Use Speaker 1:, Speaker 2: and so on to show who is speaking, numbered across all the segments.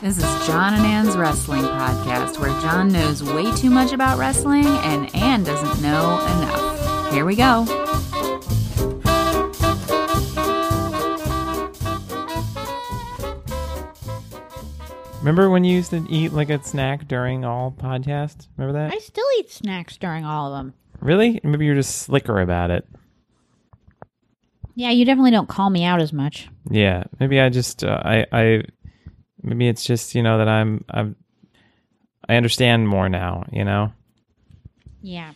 Speaker 1: This is John and Ann's Wrestling Podcast, where John knows way too much about wrestling and Ann doesn't know enough. Here we go.
Speaker 2: Remember when you used to eat like a snack during all podcasts? Remember that?
Speaker 3: I still eat snacks during all of them.
Speaker 2: Really? Maybe you're just slicker about it.
Speaker 3: Yeah, you definitely don't call me out as much.
Speaker 2: Yeah. Maybe I just uh, I I maybe it's just you know that I'm I'm I understand more now. You know.
Speaker 3: Yeah.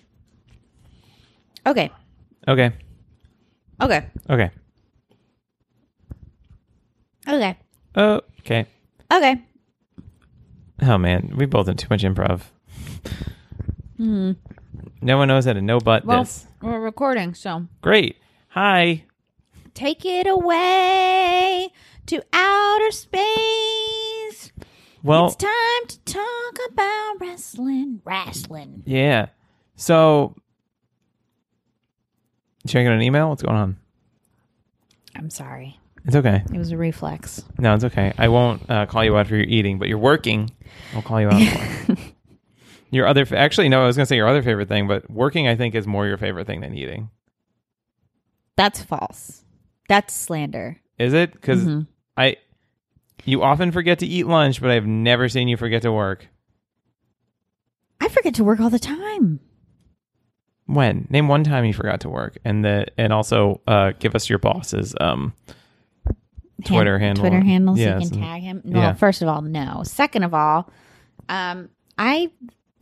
Speaker 3: Okay.
Speaker 2: Okay.
Speaker 3: Okay.
Speaker 2: Okay.
Speaker 3: Okay.
Speaker 2: Okay.
Speaker 3: Okay.
Speaker 2: Oh man, we both did too much improv. No one knows how to no but
Speaker 3: Hmm. Well,
Speaker 2: this.
Speaker 3: we're recording, so
Speaker 2: Great. Hi.
Speaker 3: take it away to outer space.
Speaker 2: Well,
Speaker 3: it's time to talk about wrestling. Wrestling.
Speaker 2: yeah. So, checking an email. What's going on?
Speaker 3: I'm sorry.
Speaker 2: It's okay.
Speaker 3: It was a reflex.
Speaker 2: No, it's okay. I won't uh, call you out for your eating, but you're working. I'll call you out. for it. your other, fa- actually, no, I was gonna say your other favorite thing, but working, I think, is more your favorite thing than eating.
Speaker 3: That's false. That's slander.
Speaker 2: Is it? Because I, you often forget to eat lunch, but I've never seen you forget to work.
Speaker 3: I forget to work all the time.
Speaker 2: When name one time you forgot to work, and the and also uh, give us your boss's um Twitter handle.
Speaker 3: Twitter handles.
Speaker 2: Yeah,
Speaker 3: you
Speaker 2: so-
Speaker 3: can tag him. Well,
Speaker 2: yeah.
Speaker 3: first of all, no. Second of all, um, I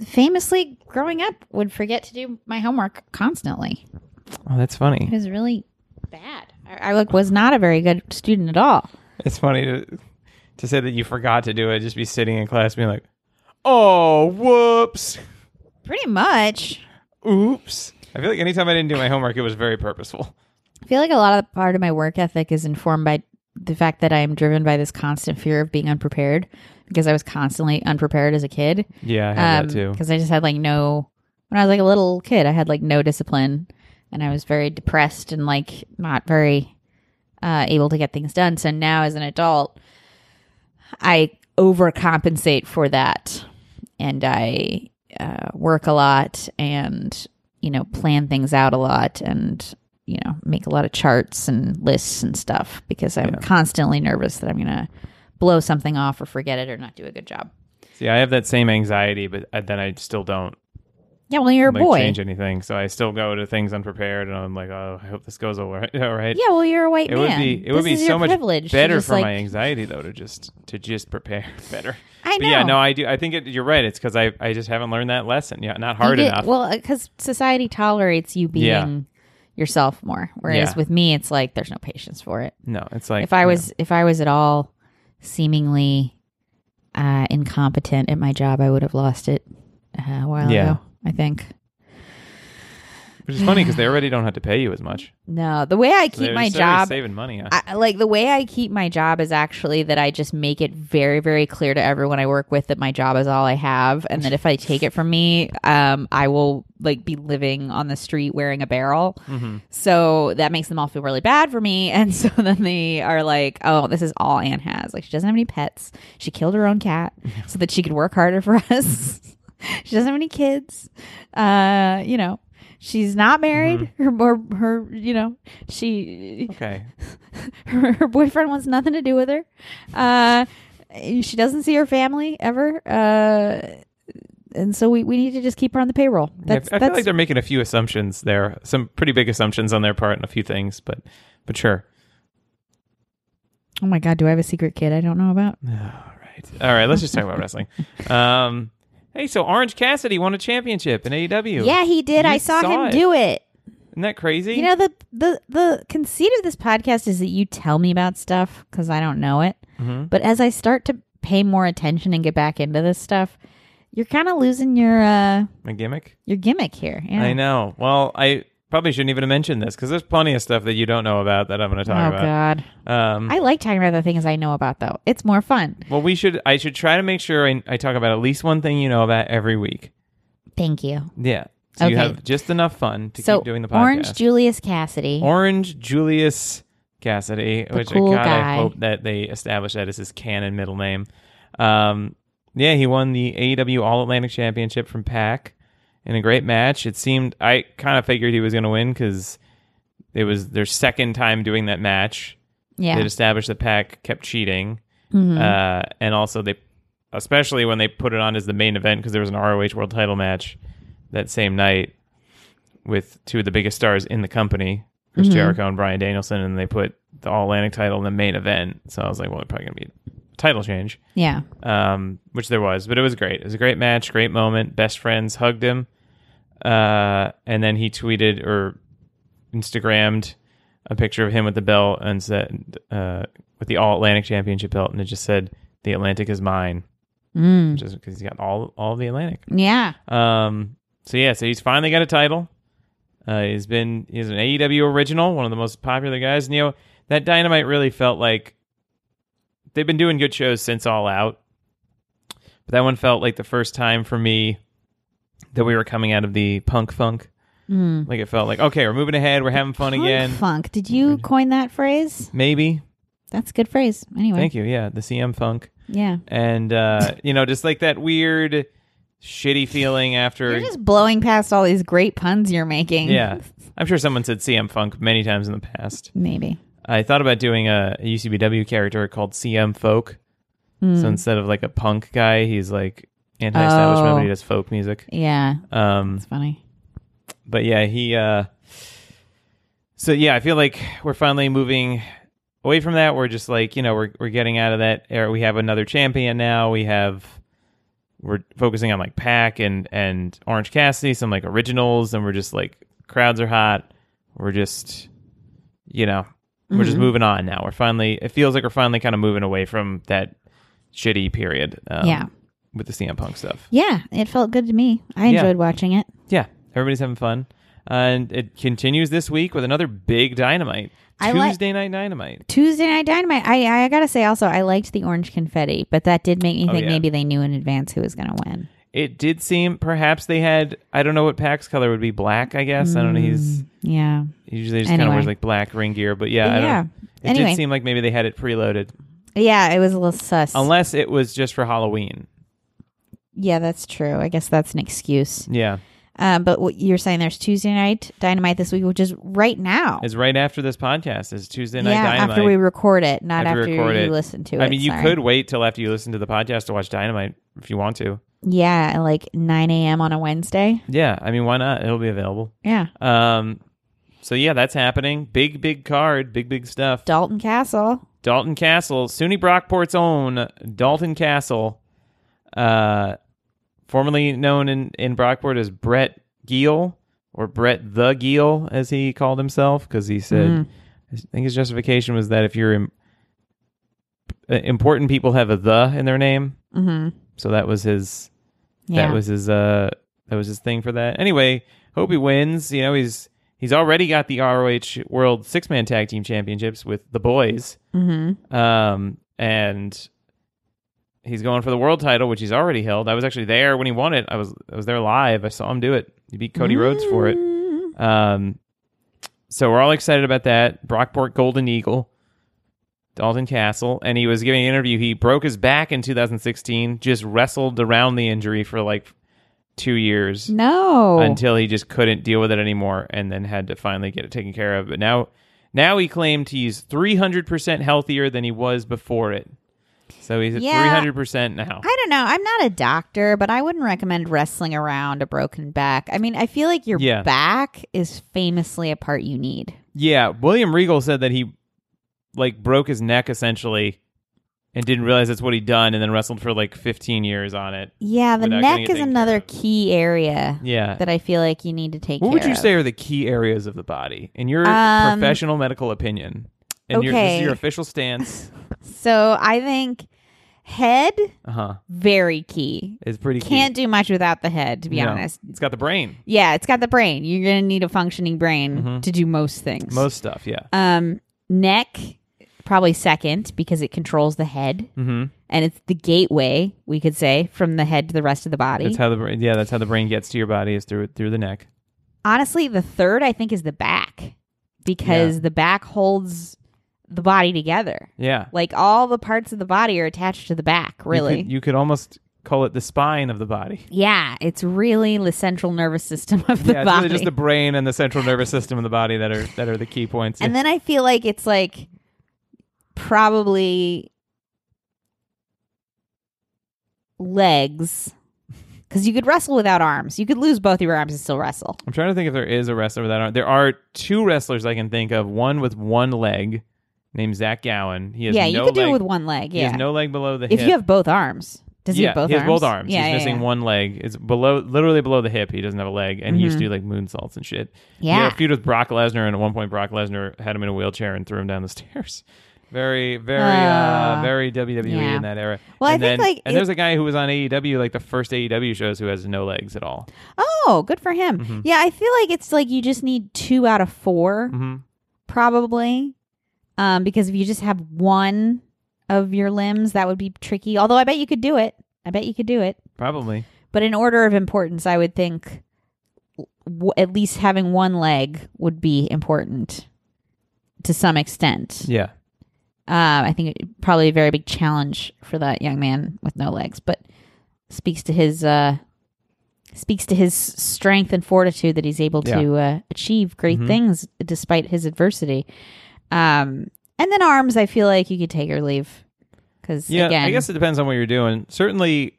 Speaker 3: famously growing up would forget to do my homework constantly.
Speaker 2: Oh, that's funny.
Speaker 3: It was really bad. I, I like was not a very good student at all.
Speaker 2: It's funny to to say that you forgot to do it, just be sitting in class being like, Oh, whoops.
Speaker 3: Pretty much.
Speaker 2: Oops. I feel like anytime I didn't do my homework, it was very purposeful.
Speaker 3: I feel like a lot of part of my work ethic is informed by the fact that I am driven by this constant fear of being unprepared because I was constantly unprepared as a kid.
Speaker 2: Yeah, I had that too.
Speaker 3: because Um, I just had like no when I was like a little kid, I had like no discipline, and I was very depressed and like not very uh, able to get things done. So now, as an adult, I overcompensate for that, and I uh, work a lot, and you know, plan things out a lot, and you know, make a lot of charts and lists and stuff because I'm constantly nervous that I'm gonna blow something off or forget it or not do a good job.
Speaker 2: See, I have that same anxiety, but I- then I still don't
Speaker 3: Yeah, well, you're a
Speaker 2: like
Speaker 3: boy.
Speaker 2: change anything. So I still go to things unprepared, and I'm like, oh, I hope this goes all right. All right.
Speaker 3: Yeah, well, you're a white
Speaker 2: It
Speaker 3: man.
Speaker 2: would be it
Speaker 3: This
Speaker 2: would be
Speaker 3: is your
Speaker 2: so much
Speaker 3: privilege to
Speaker 2: better
Speaker 3: just,
Speaker 2: for
Speaker 3: like-
Speaker 2: my anxiety though to just to just prepare better.
Speaker 3: I
Speaker 2: But yeah,
Speaker 3: know.
Speaker 2: no, I do. I think it, you're right. It's because I I just haven't learned that lesson. Yeah, not
Speaker 3: You
Speaker 2: hard
Speaker 3: get-
Speaker 2: enough.
Speaker 3: Well, because society tolerates you being
Speaker 2: Yeah.
Speaker 3: yourself more, whereas
Speaker 2: Yeah.
Speaker 3: with me, it's like there's no patience for it.
Speaker 2: no, it's like
Speaker 3: If I
Speaker 2: you know.
Speaker 3: was, if I was at all seemingly uh, incompetent at my job, I would have lost it uh, a while
Speaker 2: Yeah.
Speaker 3: ago. I think.
Speaker 2: Which is funny because they already don't have to pay you as much.
Speaker 3: No, the way I
Speaker 2: So
Speaker 3: keep
Speaker 2: they're
Speaker 3: my
Speaker 2: just already
Speaker 3: job
Speaker 2: saving money. on-
Speaker 3: I, like the way I keep my job is actually that I just make it very, very clear to everyone I work with that my job is all I have, and that if I take it from me, um, I will like be living on the street wearing a barrel. So that makes them all feel really bad for me, and so then they are like, "Oh, this is all Anne has. Like she doesn't have any pets. She killed her own cat so that she could work harder for us. she doesn't have any kids. Uh, you know." She's not married. Her, her, her, you know, she
Speaker 2: okay,
Speaker 3: her, her boyfriend wants nothing to do with her. Uh, she doesn't see her family ever. Uh, and so we, we need to just keep her on the payroll.
Speaker 2: Yeah, I
Speaker 3: That's
Speaker 2: feel
Speaker 3: that's
Speaker 2: like they're making a few assumptions there, some pretty big assumptions on their part, and a few things, but but sure.
Speaker 3: oh my god, do I have a secret kid I don't know about?
Speaker 2: All right, all right. Let's just talk about wrestling. Um, hey, so Orange Cassidy won a championship in AEW.
Speaker 3: Yeah, he did.
Speaker 2: You
Speaker 3: I saw,
Speaker 2: saw
Speaker 3: him
Speaker 2: it.
Speaker 3: do it.
Speaker 2: isn't that crazy?
Speaker 3: You know the the the conceit of this podcast is that you tell me about stuff because I don't know it.
Speaker 2: Mm-hmm.
Speaker 3: But as I start to pay more attention and get back into this stuff, you're kind of losing your uh
Speaker 2: a gimmick.
Speaker 3: your gimmick here. Yeah.
Speaker 2: I know. Well, I probably shouldn't even have mentioned this because there's plenty of stuff that you don't know about that I'm going to
Speaker 3: Oh
Speaker 2: talk about.
Speaker 3: god.
Speaker 2: Um,
Speaker 3: I like talking about the things I know about though. It's more fun.
Speaker 2: well, we should. I should try to make sure I, I talk about at least one thing you know about every week.
Speaker 3: Thank you.
Speaker 2: Yeah. So you
Speaker 3: Okay.
Speaker 2: have just enough fun to
Speaker 3: so
Speaker 2: keep doing the podcast.
Speaker 3: Orange Julius Cassidy.
Speaker 2: Orange Julius Cassidy, which
Speaker 3: cool
Speaker 2: I kind
Speaker 3: guy.
Speaker 2: of hope that they establish that as his canon middle name. Um, yeah, he won the AEW All Atlantic Championship from Pac in a great match. It seemed I kind of figured he was going to win because it was their second time doing that match.
Speaker 3: Yeah.
Speaker 2: It established that Pac kept cheating,
Speaker 3: Mhm.
Speaker 2: uh, and also they, especially when they put it on as the main event because there was an ROH World Title match that same night with two of the biggest stars in the company, Chris Jericho and Brian Danielson, and they put the All Atlantic title in the main event. So I was like, well, it's probably gonna be a title change
Speaker 3: yeah.
Speaker 2: um, which there was, but it was great. It was a great match, great moment. Best friends hugged him, uh, and then he tweeted or Instagrammed a picture of him with the belt and said uh, with the All Atlantic Championship belt, and it just said "The Atlantic is mine,"
Speaker 3: Mm.
Speaker 2: just because he's got all all of the Atlantic.
Speaker 3: Yeah.
Speaker 2: Um, so yeah, so he's finally got a title. Uh, he's been he's an AEW original, one of the most popular guys. And you know that Dynamite really felt like they've been doing good shows since All Out, but that one felt like the first time for me that we were coming out of the punk funk.
Speaker 3: Mm.
Speaker 2: Like it felt like okay, we're moving ahead, we're having fun
Speaker 3: Punk
Speaker 2: again.
Speaker 3: Funk. Did you coin that phrase?
Speaker 2: Maybe.
Speaker 3: That's a good phrase. Anyway.
Speaker 2: Thank you. Yeah, the CM funk.
Speaker 3: Yeah.
Speaker 2: And uh, you know, just like that weird shitty feeling after
Speaker 3: You're just blowing past all these great puns you're making.
Speaker 2: Yeah. I'm sure someone said CM Funk many times in the past.
Speaker 3: Maybe.
Speaker 2: I thought about doing a, a UCBW character called CM Folk.
Speaker 3: Hmm.
Speaker 2: So instead of like a punk guy, he's like anti establishment,
Speaker 3: Oh.
Speaker 2: but he does folk music.
Speaker 3: Yeah.
Speaker 2: Um,
Speaker 3: It's funny.
Speaker 2: but yeah, he. Uh, so yeah, I feel like we're finally moving away from that. We're just like you know we're we're getting out of that era. We have another champion now. We have we're focusing on like Pack and and Orange Cassidy, some like originals, and we're just like crowds are hot. We're just you know we're just moving on now. We're finally it feels like we're finally kind of moving away from that shitty period. Um,
Speaker 3: Yeah.
Speaker 2: with the CM Punk stuff.
Speaker 3: Yeah. It felt good to me. I
Speaker 2: Yeah.
Speaker 3: enjoyed watching it.
Speaker 2: Yeah, everybody's having fun. And it continues this week with another big dynamite.
Speaker 3: I like-
Speaker 2: Tuesday night dynamite.
Speaker 3: Tuesday Night Dynamite. I I gotta say also I liked the orange confetti, but that did make me think
Speaker 2: Oh, yeah.
Speaker 3: maybe they knew in advance who was gonna win.
Speaker 2: It did seem perhaps they had I don't know what Pack's color would be black, I guess. I don't know. He's
Speaker 3: Yeah.
Speaker 2: he usually just kinda
Speaker 3: Mm. Anyway.
Speaker 2: wears like black ring gear, but yeah, I don't
Speaker 3: Yeah.
Speaker 2: It
Speaker 3: Anyway.
Speaker 2: did seem like maybe they had it preloaded.
Speaker 3: Yeah, it was a little sus.
Speaker 2: Unless it was just for Halloween.
Speaker 3: yeah, that's true. I guess that's an excuse.
Speaker 2: Yeah.
Speaker 3: Um, but what you're saying there's Tuesday night Dynamite this week, which is right now.
Speaker 2: It's right after this podcast. It's Tuesday night
Speaker 3: yeah,
Speaker 2: dynamite.
Speaker 3: after we record it, not
Speaker 2: After
Speaker 3: after,
Speaker 2: we record
Speaker 3: you
Speaker 2: it.
Speaker 3: listen to it.
Speaker 2: I mean, you
Speaker 3: sorry.
Speaker 2: could wait till after you listen to the podcast to watch Dynamite if you want to.
Speaker 3: Yeah, at like 9 a.m. on a Wednesday.
Speaker 2: Yeah, I mean, why not? It'll be available.
Speaker 3: Yeah.
Speaker 2: Um, so yeah, that's happening. Big, big card, big, big stuff.
Speaker 3: Dalton Castle.
Speaker 2: Dalton Castle, SUNY Brockport's own Dalton Castle, uh, formerly known in in Brockport as Brett Giel or Brett the Giel as he called himself, because he said,
Speaker 3: Mm-hmm.
Speaker 2: I think his justification was that if you're im- uh, important people have a the in their name,
Speaker 3: Mm-hmm.
Speaker 2: so that was his
Speaker 3: Yeah.
Speaker 2: that was his uh that was his thing for that. Anyway, hope he wins. You know, he's he's already got the ROH World Six Man Tag Team Championships with the boys.
Speaker 3: hmm
Speaker 2: Um and he's going for the world title, which he's already held. I was actually there when he won it. I was I was there live. I saw him do it. He beat Cody Rhodes for it. Um so we're all excited about that. Brockport Golden Eagle. Dalton Castle, and he was giving an interview. He broke his back in 2016, just wrestled around the injury for like two years
Speaker 3: No.
Speaker 2: until he just couldn't deal with it anymore, and then had to finally get it taken care of. But now, now he claimed he's 300 percent healthier than he was before it. So he's at
Speaker 3: Yeah.
Speaker 2: 300 percent now.
Speaker 3: I don't know. I'm not a doctor, but I wouldn't recommend wrestling around a broken back. I mean, I feel like your
Speaker 2: Yeah.
Speaker 3: back is famously a part you need.
Speaker 2: yeah, William Regal said that he like broke his neck essentially. And didn't realize that's what he'd done, and then wrestled for like 15 years on it.
Speaker 3: Yeah, the
Speaker 2: Without getting
Speaker 3: neck
Speaker 2: it
Speaker 3: is
Speaker 2: taken
Speaker 3: another
Speaker 2: care of.
Speaker 3: key area
Speaker 2: Yeah,
Speaker 3: that I feel like you need to take.
Speaker 2: What would
Speaker 3: care
Speaker 2: you
Speaker 3: of.
Speaker 2: say are the key areas of the body in your
Speaker 3: Um,
Speaker 2: professional medical opinion? And your, this is
Speaker 3: okay.
Speaker 2: your official stance.
Speaker 3: So I think head
Speaker 2: Uh huh.
Speaker 3: very key.
Speaker 2: It's pretty key.
Speaker 3: Can't do much without the head, to be
Speaker 2: No.
Speaker 3: honest.
Speaker 2: It's got the brain.
Speaker 3: Yeah, it's got the brain. You're gonna need a functioning brain to do most things.
Speaker 2: Mm-hmm. Most stuff, yeah.
Speaker 3: um, neck probably second because it controls the head
Speaker 2: Mm-hmm.
Speaker 3: and it's the gateway we could say from the head to the rest of the body.
Speaker 2: That's how the brain. Yeah, that's how the brain gets to your body is through through the neck.
Speaker 3: Honestly, the third I think is the back because the back holds the body together.
Speaker 2: Yeah.
Speaker 3: Like all the parts of the body are attached to the back, really.
Speaker 2: You could, you could almost call it the spine of the body.
Speaker 3: yeah, it's really the central nervous system of the
Speaker 2: yeah, it's
Speaker 3: body.
Speaker 2: really just the brain and the central nervous system of the body that are that are the key points.
Speaker 3: and then I feel like it's like probably legs. Because you could wrestle without arms. You could lose both your arms and still wrestle.
Speaker 2: I'm trying to think if there is a wrestler without arm. There are two wrestlers I can think of. One with one leg, named Zach Gowen. He has
Speaker 3: Yeah,
Speaker 2: no
Speaker 3: you could do
Speaker 2: leg-
Speaker 3: it with one leg.
Speaker 2: He
Speaker 3: Yeah.
Speaker 2: has no leg below the
Speaker 3: if
Speaker 2: hip.
Speaker 3: you have both arms, does he
Speaker 2: yeah,
Speaker 3: have both
Speaker 2: he has
Speaker 3: arms?
Speaker 2: both arms.
Speaker 3: Yeah,
Speaker 2: He's
Speaker 3: yeah,
Speaker 2: missing
Speaker 3: yeah.
Speaker 2: one leg. It's below, literally below the hip. He doesn't have a leg, and he used
Speaker 3: Mm-hmm.
Speaker 2: to do like moonsaults and shit. He
Speaker 3: Yeah.
Speaker 2: had a feud with Brock Lesnar, and at one point Brock Lesnar had him in a wheelchair and threw him down the stairs. Very, very, uh,
Speaker 3: Uh,
Speaker 2: very WWE
Speaker 3: yeah.
Speaker 2: in that era.
Speaker 3: Well, I
Speaker 2: and
Speaker 3: think,
Speaker 2: then-
Speaker 3: like,
Speaker 2: and
Speaker 3: it-
Speaker 2: there's a guy who was on AEW, like the first AEW shows, who has no legs at all.
Speaker 3: Oh, good for him.
Speaker 2: Mm-hmm.
Speaker 3: Yeah, I feel like it's like you just need two out of 4
Speaker 2: Mhm.
Speaker 3: probably. Um, because if you just have one of your limbs, that would be tricky. Although I bet you could do it. I bet you could do it.
Speaker 2: Probably.
Speaker 3: But in order of importance, I would think w- at least having one leg would be important to some extent.
Speaker 2: Yeah.
Speaker 3: Um, I think it- probably a very big challenge for that young man with no legs, but speaks to his uh, speaks to his strength and fortitude that he's able to uh, achieve great
Speaker 2: Mhm.
Speaker 3: things despite his adversity. Um, and then arms, I feel like you could take or leave because
Speaker 2: Yeah.
Speaker 3: again,
Speaker 2: I guess it depends on what you're doing. Certainly,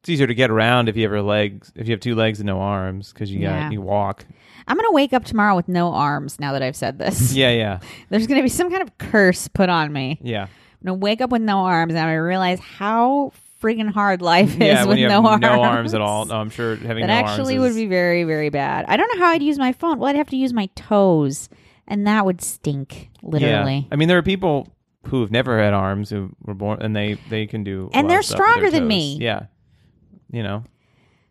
Speaker 2: it's easier to get around if you have your legs, if you have two legs and no arms, because you got
Speaker 3: Yeah.
Speaker 2: you walk.
Speaker 3: I'm gonna wake up tomorrow with no arms. Now that I've said this,
Speaker 2: Yeah. Yeah.
Speaker 3: there's gonna be some kind of curse put on me.
Speaker 2: Yeah.
Speaker 3: I'm gonna wake up with no arms, and I realize how friggin' hard life is
Speaker 2: yeah.
Speaker 3: with
Speaker 2: when you
Speaker 3: no
Speaker 2: have
Speaker 3: arms.
Speaker 2: no arms at all, no, I'm sure having
Speaker 3: That
Speaker 2: no
Speaker 3: actually
Speaker 2: arms
Speaker 3: would
Speaker 2: is-
Speaker 3: be very, very bad. I don't know how I'd use my phone. Well, I'd have to use my toes, and that would stink
Speaker 2: Yeah.
Speaker 3: literally.
Speaker 2: I mean, there are people who have never had arms who were born and they they can do a
Speaker 3: And
Speaker 2: lot
Speaker 3: they're
Speaker 2: of stuff with their
Speaker 3: stronger than
Speaker 2: toes.
Speaker 3: me.
Speaker 2: Yeah. You know.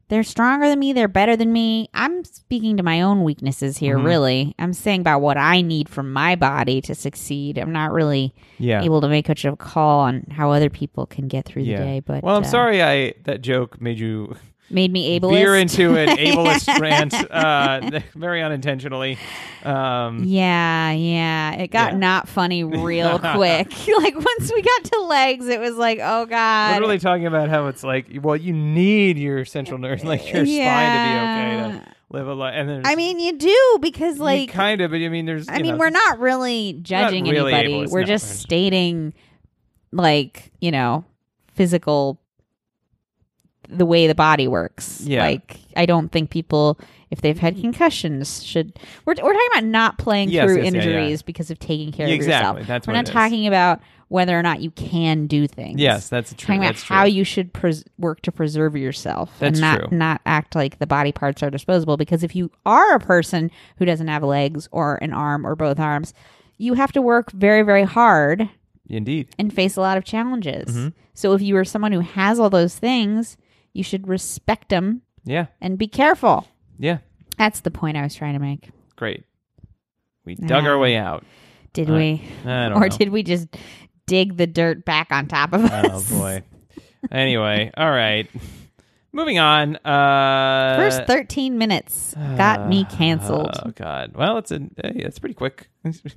Speaker 3: They're stronger than me. They're better than me. I'm speaking to my own weaknesses here.
Speaker 2: Mhm.
Speaker 3: Really, I'm saying about what I need from my body to succeed. I'm not really
Speaker 2: Yeah.
Speaker 3: able to make much of a call on how other people can get through
Speaker 2: yeah.
Speaker 3: the day. But
Speaker 2: well, I'm
Speaker 3: uh,
Speaker 2: sorry I that joke made you
Speaker 3: made me ableist.
Speaker 2: veer into an ableist rant uh, very unintentionally. Um,
Speaker 3: Yeah, yeah. It got
Speaker 2: Yeah.
Speaker 3: not funny real quick. like once we got to legs, it was like, oh god.
Speaker 2: Literally talking about how it's like, well, you need your central nerve, like your spine, to be okay
Speaker 3: Yeah.
Speaker 2: to live a life. And there's,
Speaker 3: I mean, you do because
Speaker 2: you
Speaker 3: like
Speaker 2: kind of, but I mean, there's,
Speaker 3: I
Speaker 2: you
Speaker 3: mean,
Speaker 2: know,
Speaker 3: we're not really judging
Speaker 2: really
Speaker 3: anybody.
Speaker 2: ableist,
Speaker 3: We're
Speaker 2: no,
Speaker 3: just
Speaker 2: we're just-
Speaker 3: stating like, you know, physical the way the body works.
Speaker 2: Yeah.
Speaker 3: Like I don't think people if they've had concussions should we're we're talking about not playing
Speaker 2: Yes,
Speaker 3: through
Speaker 2: yes, yeah, yeah.
Speaker 3: injuries because of taking care of
Speaker 2: exactly.
Speaker 3: yourself.
Speaker 2: That's
Speaker 3: We're
Speaker 2: what
Speaker 3: not
Speaker 2: it is.
Speaker 3: talking about whether or not you can do things.
Speaker 2: Yes, that's
Speaker 3: We're
Speaker 2: true.
Speaker 3: Talking about
Speaker 2: that's
Speaker 3: how
Speaker 2: true.
Speaker 3: you should pres- work to preserve yourself
Speaker 2: That's
Speaker 3: and not
Speaker 2: true.
Speaker 3: not act like the body parts are disposable. Because if you are a person who doesn't have legs or an arm or both arms, you have to work very very hard
Speaker 2: Indeed.
Speaker 3: and face a lot of challenges.
Speaker 2: Mm-hmm.
Speaker 3: So if you are someone who has all those things, you should respect them
Speaker 2: Yeah.
Speaker 3: and be careful.
Speaker 2: Yeah.
Speaker 3: That's the point I was trying to make.
Speaker 2: Great. We dug our way out.
Speaker 3: Did
Speaker 2: All right.
Speaker 3: we,
Speaker 2: I don't
Speaker 3: or
Speaker 2: know.
Speaker 3: did we just dig the dirt back on top of
Speaker 2: Oh
Speaker 3: us?
Speaker 2: boy. anyway, all right. Moving on. Uh
Speaker 3: First 13 minutes got me canceled.
Speaker 2: Oh god. Well, it's a hey, it's pretty quick.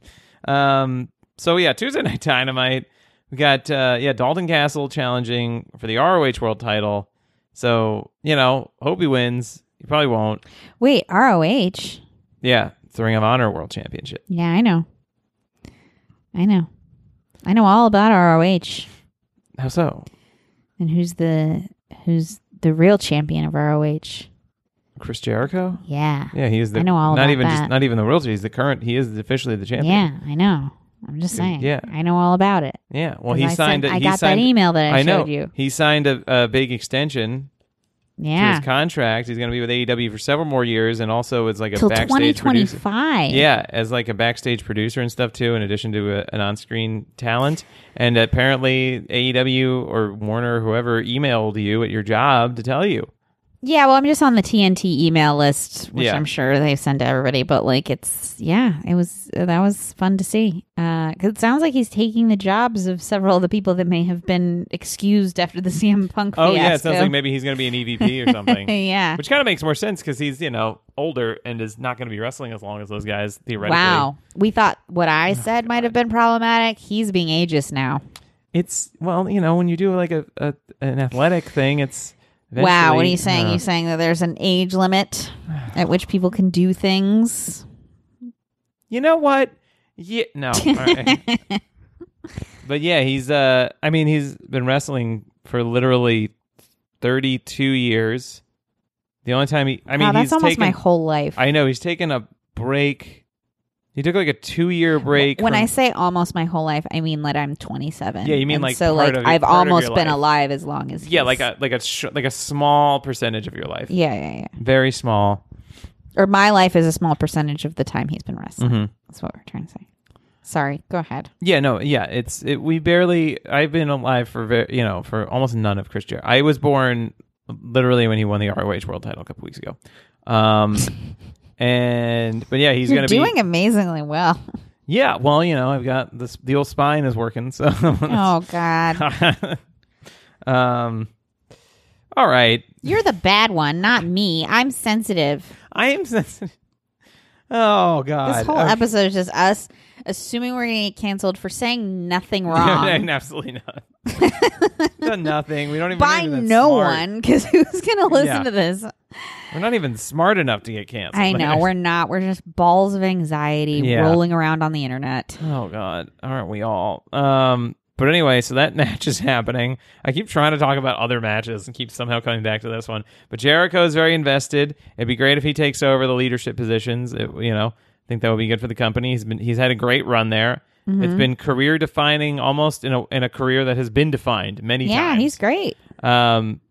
Speaker 2: um so yeah, Tuesday night dynamite. We got uh yeah, Dalton Castle challenging for the ROH world title. So, you know, hope he wins. He probably won't.
Speaker 3: Wait, ROH?
Speaker 2: Yeah, it's the Ring of Honor World Championship.
Speaker 3: Yeah, I know. I know. I know all about ROH
Speaker 2: How so?
Speaker 3: and who's the who's the real champion of ROH.
Speaker 2: Chris Jericho?
Speaker 3: Yeah.
Speaker 2: Yeah, he is the
Speaker 3: I know all
Speaker 2: not
Speaker 3: about
Speaker 2: even
Speaker 3: that.
Speaker 2: just not even the world. He's the current. He is officially the champion.
Speaker 3: Yeah, I know. I'm just saying.
Speaker 2: Yeah.
Speaker 3: I know all about it.
Speaker 2: Yeah. Well,
Speaker 3: 'Cause
Speaker 2: he
Speaker 3: I
Speaker 2: signed.
Speaker 3: sent-
Speaker 2: a-
Speaker 3: I
Speaker 2: he
Speaker 3: got
Speaker 2: signed,
Speaker 3: that email that I,
Speaker 2: know.
Speaker 3: showed you.
Speaker 2: He signed a, a big extension to
Speaker 3: Yeah.
Speaker 2: his contract. He's going to be with AEW for several more years, and also as like a
Speaker 3: Till
Speaker 2: backstage producer.
Speaker 3: 2025.
Speaker 2: Yeah, as like a backstage producer and stuff too, in addition to a, an on-screen talent. And E apparently, AEW or Warner, whoever, emailed you at your job to tell you.
Speaker 3: Yeah, well, I'm just on the TNT email list, which
Speaker 2: Yeah.
Speaker 3: I'm sure they send to everybody. But like, it's yeah, it was that was fun to see. Uh 'cause it sounds like he's taking the jobs of several of the people that may have been excused after the CM Punk.
Speaker 2: Oh yeah, it
Speaker 3: fiasco.
Speaker 2: sounds like maybe he's going to be an EVP or something,
Speaker 3: yeah.
Speaker 2: which kind of makes more sense because he's you know older and is not going to be wrestling as long as those guys theoretically.
Speaker 3: Wow, we thought what I said might have been problematic. He's being ageist now.
Speaker 2: It's well, you know, when you do like a, a an athletic thing, it's
Speaker 3: wow, what are
Speaker 2: eventually-
Speaker 3: you saying?
Speaker 2: Uh,
Speaker 3: you saying that there's an age limit at which people can do things?
Speaker 2: you know what? Yeah, no. All right. but yeah, he's uh I mean, he's been wrestling for literally 32 years. The only time he I mean,
Speaker 3: wow, that's
Speaker 2: he's
Speaker 3: almost
Speaker 2: taken
Speaker 3: my whole life.
Speaker 2: I know he's taken a break. He took like a 2-year break.
Speaker 3: When
Speaker 2: from-
Speaker 3: I say almost my whole life, I mean that I'm 27.
Speaker 2: Yeah, you mean,
Speaker 3: And
Speaker 2: like,
Speaker 3: so
Speaker 2: part
Speaker 3: like
Speaker 2: of your-
Speaker 3: I've
Speaker 2: part of your
Speaker 3: almost been
Speaker 2: life.
Speaker 3: alive as long as
Speaker 2: yeah,
Speaker 3: he's-
Speaker 2: like uh, a like a sh- like a small percentage of your life.
Speaker 3: yeah, yeah, yeah.
Speaker 2: Very small.
Speaker 3: Or my life is a small percentage of the time he's been wrestling.
Speaker 2: Mhm.
Speaker 3: That's what we're trying to say. Sorry, go ahead.
Speaker 2: Yeah, no, yeah, it's it, we barely. I've been alive for ver you know for almost none of Chris Jericho. I was born literally when he won the ROH World Title a couple weeks ago, um, and but yeah, he's
Speaker 3: You're
Speaker 2: gonna
Speaker 3: doing
Speaker 2: be
Speaker 3: amazingly well.
Speaker 2: yeah. Well, you know, I've got this the old spine is working, so
Speaker 3: oh God,
Speaker 2: um, all right,
Speaker 3: you're the bad one, not me. I'm sensitive.
Speaker 2: I am sensitive. Oh God,
Speaker 3: This whole
Speaker 2: Okay.
Speaker 3: episode is just us assuming we're going to get canceled for saying nothing
Speaker 2: Yeah,
Speaker 3: wrong.
Speaker 2: absolutely not. Done nothing. We don't even we're not
Speaker 3: By
Speaker 2: even that
Speaker 3: no
Speaker 2: smart.
Speaker 3: one, because who's going to listen
Speaker 2: Yeah.
Speaker 3: to this?
Speaker 2: We're not even smart enough to get canceled.
Speaker 3: I know we're not. We're just balls of anxiety
Speaker 2: Yeah.
Speaker 3: rolling around on the internet.
Speaker 2: Oh God, aren't we all? Um, but anyway, so that match is happening. I keep trying to talk about other matches and keep somehow coming back to this one. But Jericho is very invested. It'd be great if he takes over the leadership positions. It, you know, I think that would be good for the company. He's been he's had a great run there.
Speaker 3: Mm-hmm.
Speaker 2: It's been career defining, almost in a in a career that has been defined many
Speaker 3: yeah,
Speaker 2: times.
Speaker 3: he's great.
Speaker 2: Um,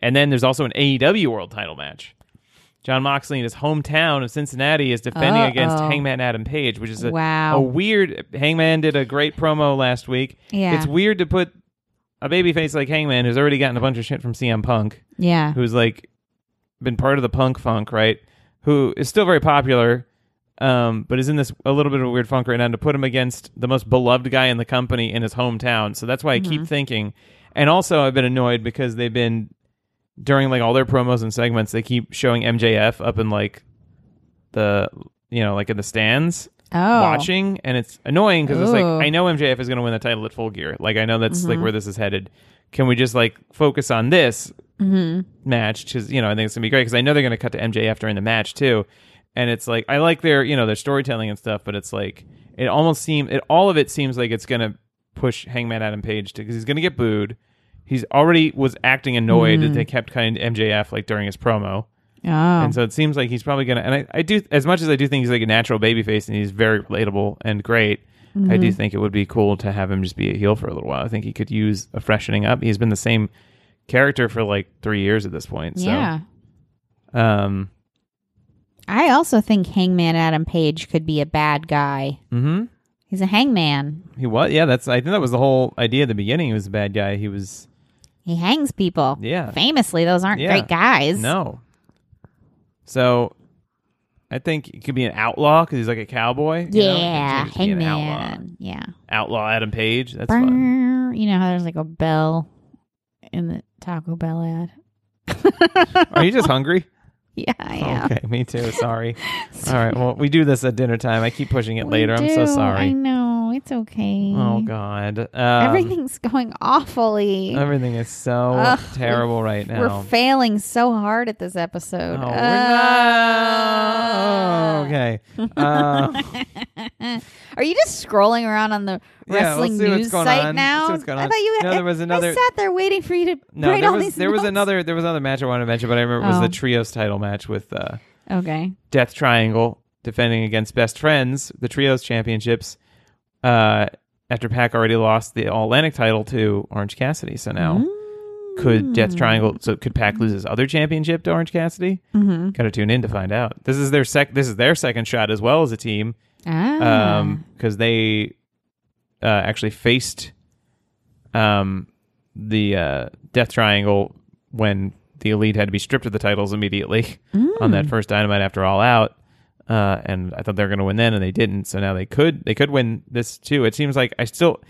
Speaker 2: and then there's also an AEW World Title match. John Moxley in his hometown of Cincinnati is defending against
Speaker 3: Uh-oh.
Speaker 2: Hangman Adam Page, which is a, oh,
Speaker 3: Wow.
Speaker 2: a weird. Hangman did a great promo last week.
Speaker 3: Yeah.
Speaker 2: it's weird to put a babyface like Hangman, who's already gotten a bunch of shit from CM Punk,
Speaker 3: Yeah,
Speaker 2: who's like been part of the punk funk, right? Who is still very popular, um, but is in this a little bit of a weird funk right now. And to put him against the most beloved guy in the company in his hometown, so that's why I keep thinking. And also, I've been annoyed because they've been during like all their promos and segments, they keep showing MJF up in like the you know like in the stands
Speaker 3: oh,
Speaker 2: watching, and it's annoying because it's like
Speaker 3: Ooh. Mm-hmm.
Speaker 2: I know MJF is going to win the title at Full Gear. Like I know that's like where this is headed. Can we just like focus on this
Speaker 3: Mm-hmm.
Speaker 2: match? Because you know I think it's gonna be great because I know they're going to cut to MJF during the match too. And it's like I like their you know their storytelling and stuff, but it's like it almost seems it all of it seems like it's going to push Hangman Adam Page to because he's going to get booed. He's already was acting annoyed
Speaker 3: Mm.
Speaker 2: that they kept kind of MJF like during his promo.
Speaker 3: oh,
Speaker 2: And so it seems like he's probably gonna. And I, I do as much as I do think he's like a natural babyface and he's very relatable and great. I
Speaker 3: Mm-hmm.
Speaker 2: do think it would be cool to have him just be a heel for a little while. I think he could use a freshening up. He's been the same character for like three years at this point. So,
Speaker 3: yeah.
Speaker 2: Um.
Speaker 3: I also think Hangman Adam Page could be a bad guy.
Speaker 2: Hmm.
Speaker 3: He's a hangman.
Speaker 2: He was. Yeah. That's. I think that was the whole idea at the beginning. He was a bad guy. He was.
Speaker 3: He hangs people.
Speaker 2: Yeah.
Speaker 3: Famously, those aren't
Speaker 2: Yeah.
Speaker 3: great guys.
Speaker 2: No. So, I think he could be an outlaw because he's like a cowboy. you know?
Speaker 3: Yeah,
Speaker 2: He could just be an outlaw.
Speaker 3: hangman. Yeah.
Speaker 2: Outlaw Adam Page. That's
Speaker 3: Brr.
Speaker 2: fun.
Speaker 3: You know how there's like a bell in the Taco Bell ad?
Speaker 2: Are you just hungry?
Speaker 3: Yeah, I am.
Speaker 2: Okay, me too. Sorry. All right. Well, we do this at dinner time. I keep pushing it
Speaker 3: We
Speaker 2: later. I'm so
Speaker 3: do. I
Speaker 2: sorry.
Speaker 3: know. It's okay.
Speaker 2: Oh God. Um, Oh,
Speaker 3: Everything's going awfully.
Speaker 2: Everything is so
Speaker 3: Ugh,
Speaker 2: terrible right now.
Speaker 3: We're failing so hard at this episode.
Speaker 2: No, we're
Speaker 3: Ah.
Speaker 2: not. Okay. Uh,
Speaker 3: Are you just scrolling around on the
Speaker 2: Yeah, we'll
Speaker 3: wrestling
Speaker 2: see what's
Speaker 3: news
Speaker 2: going
Speaker 3: site
Speaker 2: on.
Speaker 3: now?
Speaker 2: See what's going
Speaker 3: I
Speaker 2: on.
Speaker 3: thought you.
Speaker 2: No, there was another-
Speaker 3: I sat there waiting for you to.
Speaker 2: no,
Speaker 3: write
Speaker 2: there
Speaker 3: all
Speaker 2: was
Speaker 3: these
Speaker 2: there was
Speaker 3: notes.
Speaker 2: another there was another match I wanted to mention, but I remember it was
Speaker 3: Oh.
Speaker 2: the trios title match with uh,
Speaker 3: Okay.
Speaker 2: Death Triangle defending against Best Friends, the trios championships. Uh, after Pac already lost the All Atlantic title to Orange Cassidy, so now. could Death Triangle so could Pac lose his other championship to Orange Cassidy?
Speaker 3: Mm-hmm.
Speaker 2: Gotta tune in to find out. This is their sec this is their second shot as well as a team.
Speaker 3: Ah.
Speaker 2: Um because they uh actually faced um the uh Death Triangle when the elite had to be stripped of the titles immediately on that first dynamite after all out. Uh, and I thought they were going to win then, and they didn't. So now they could they could win this too. It seems like I still,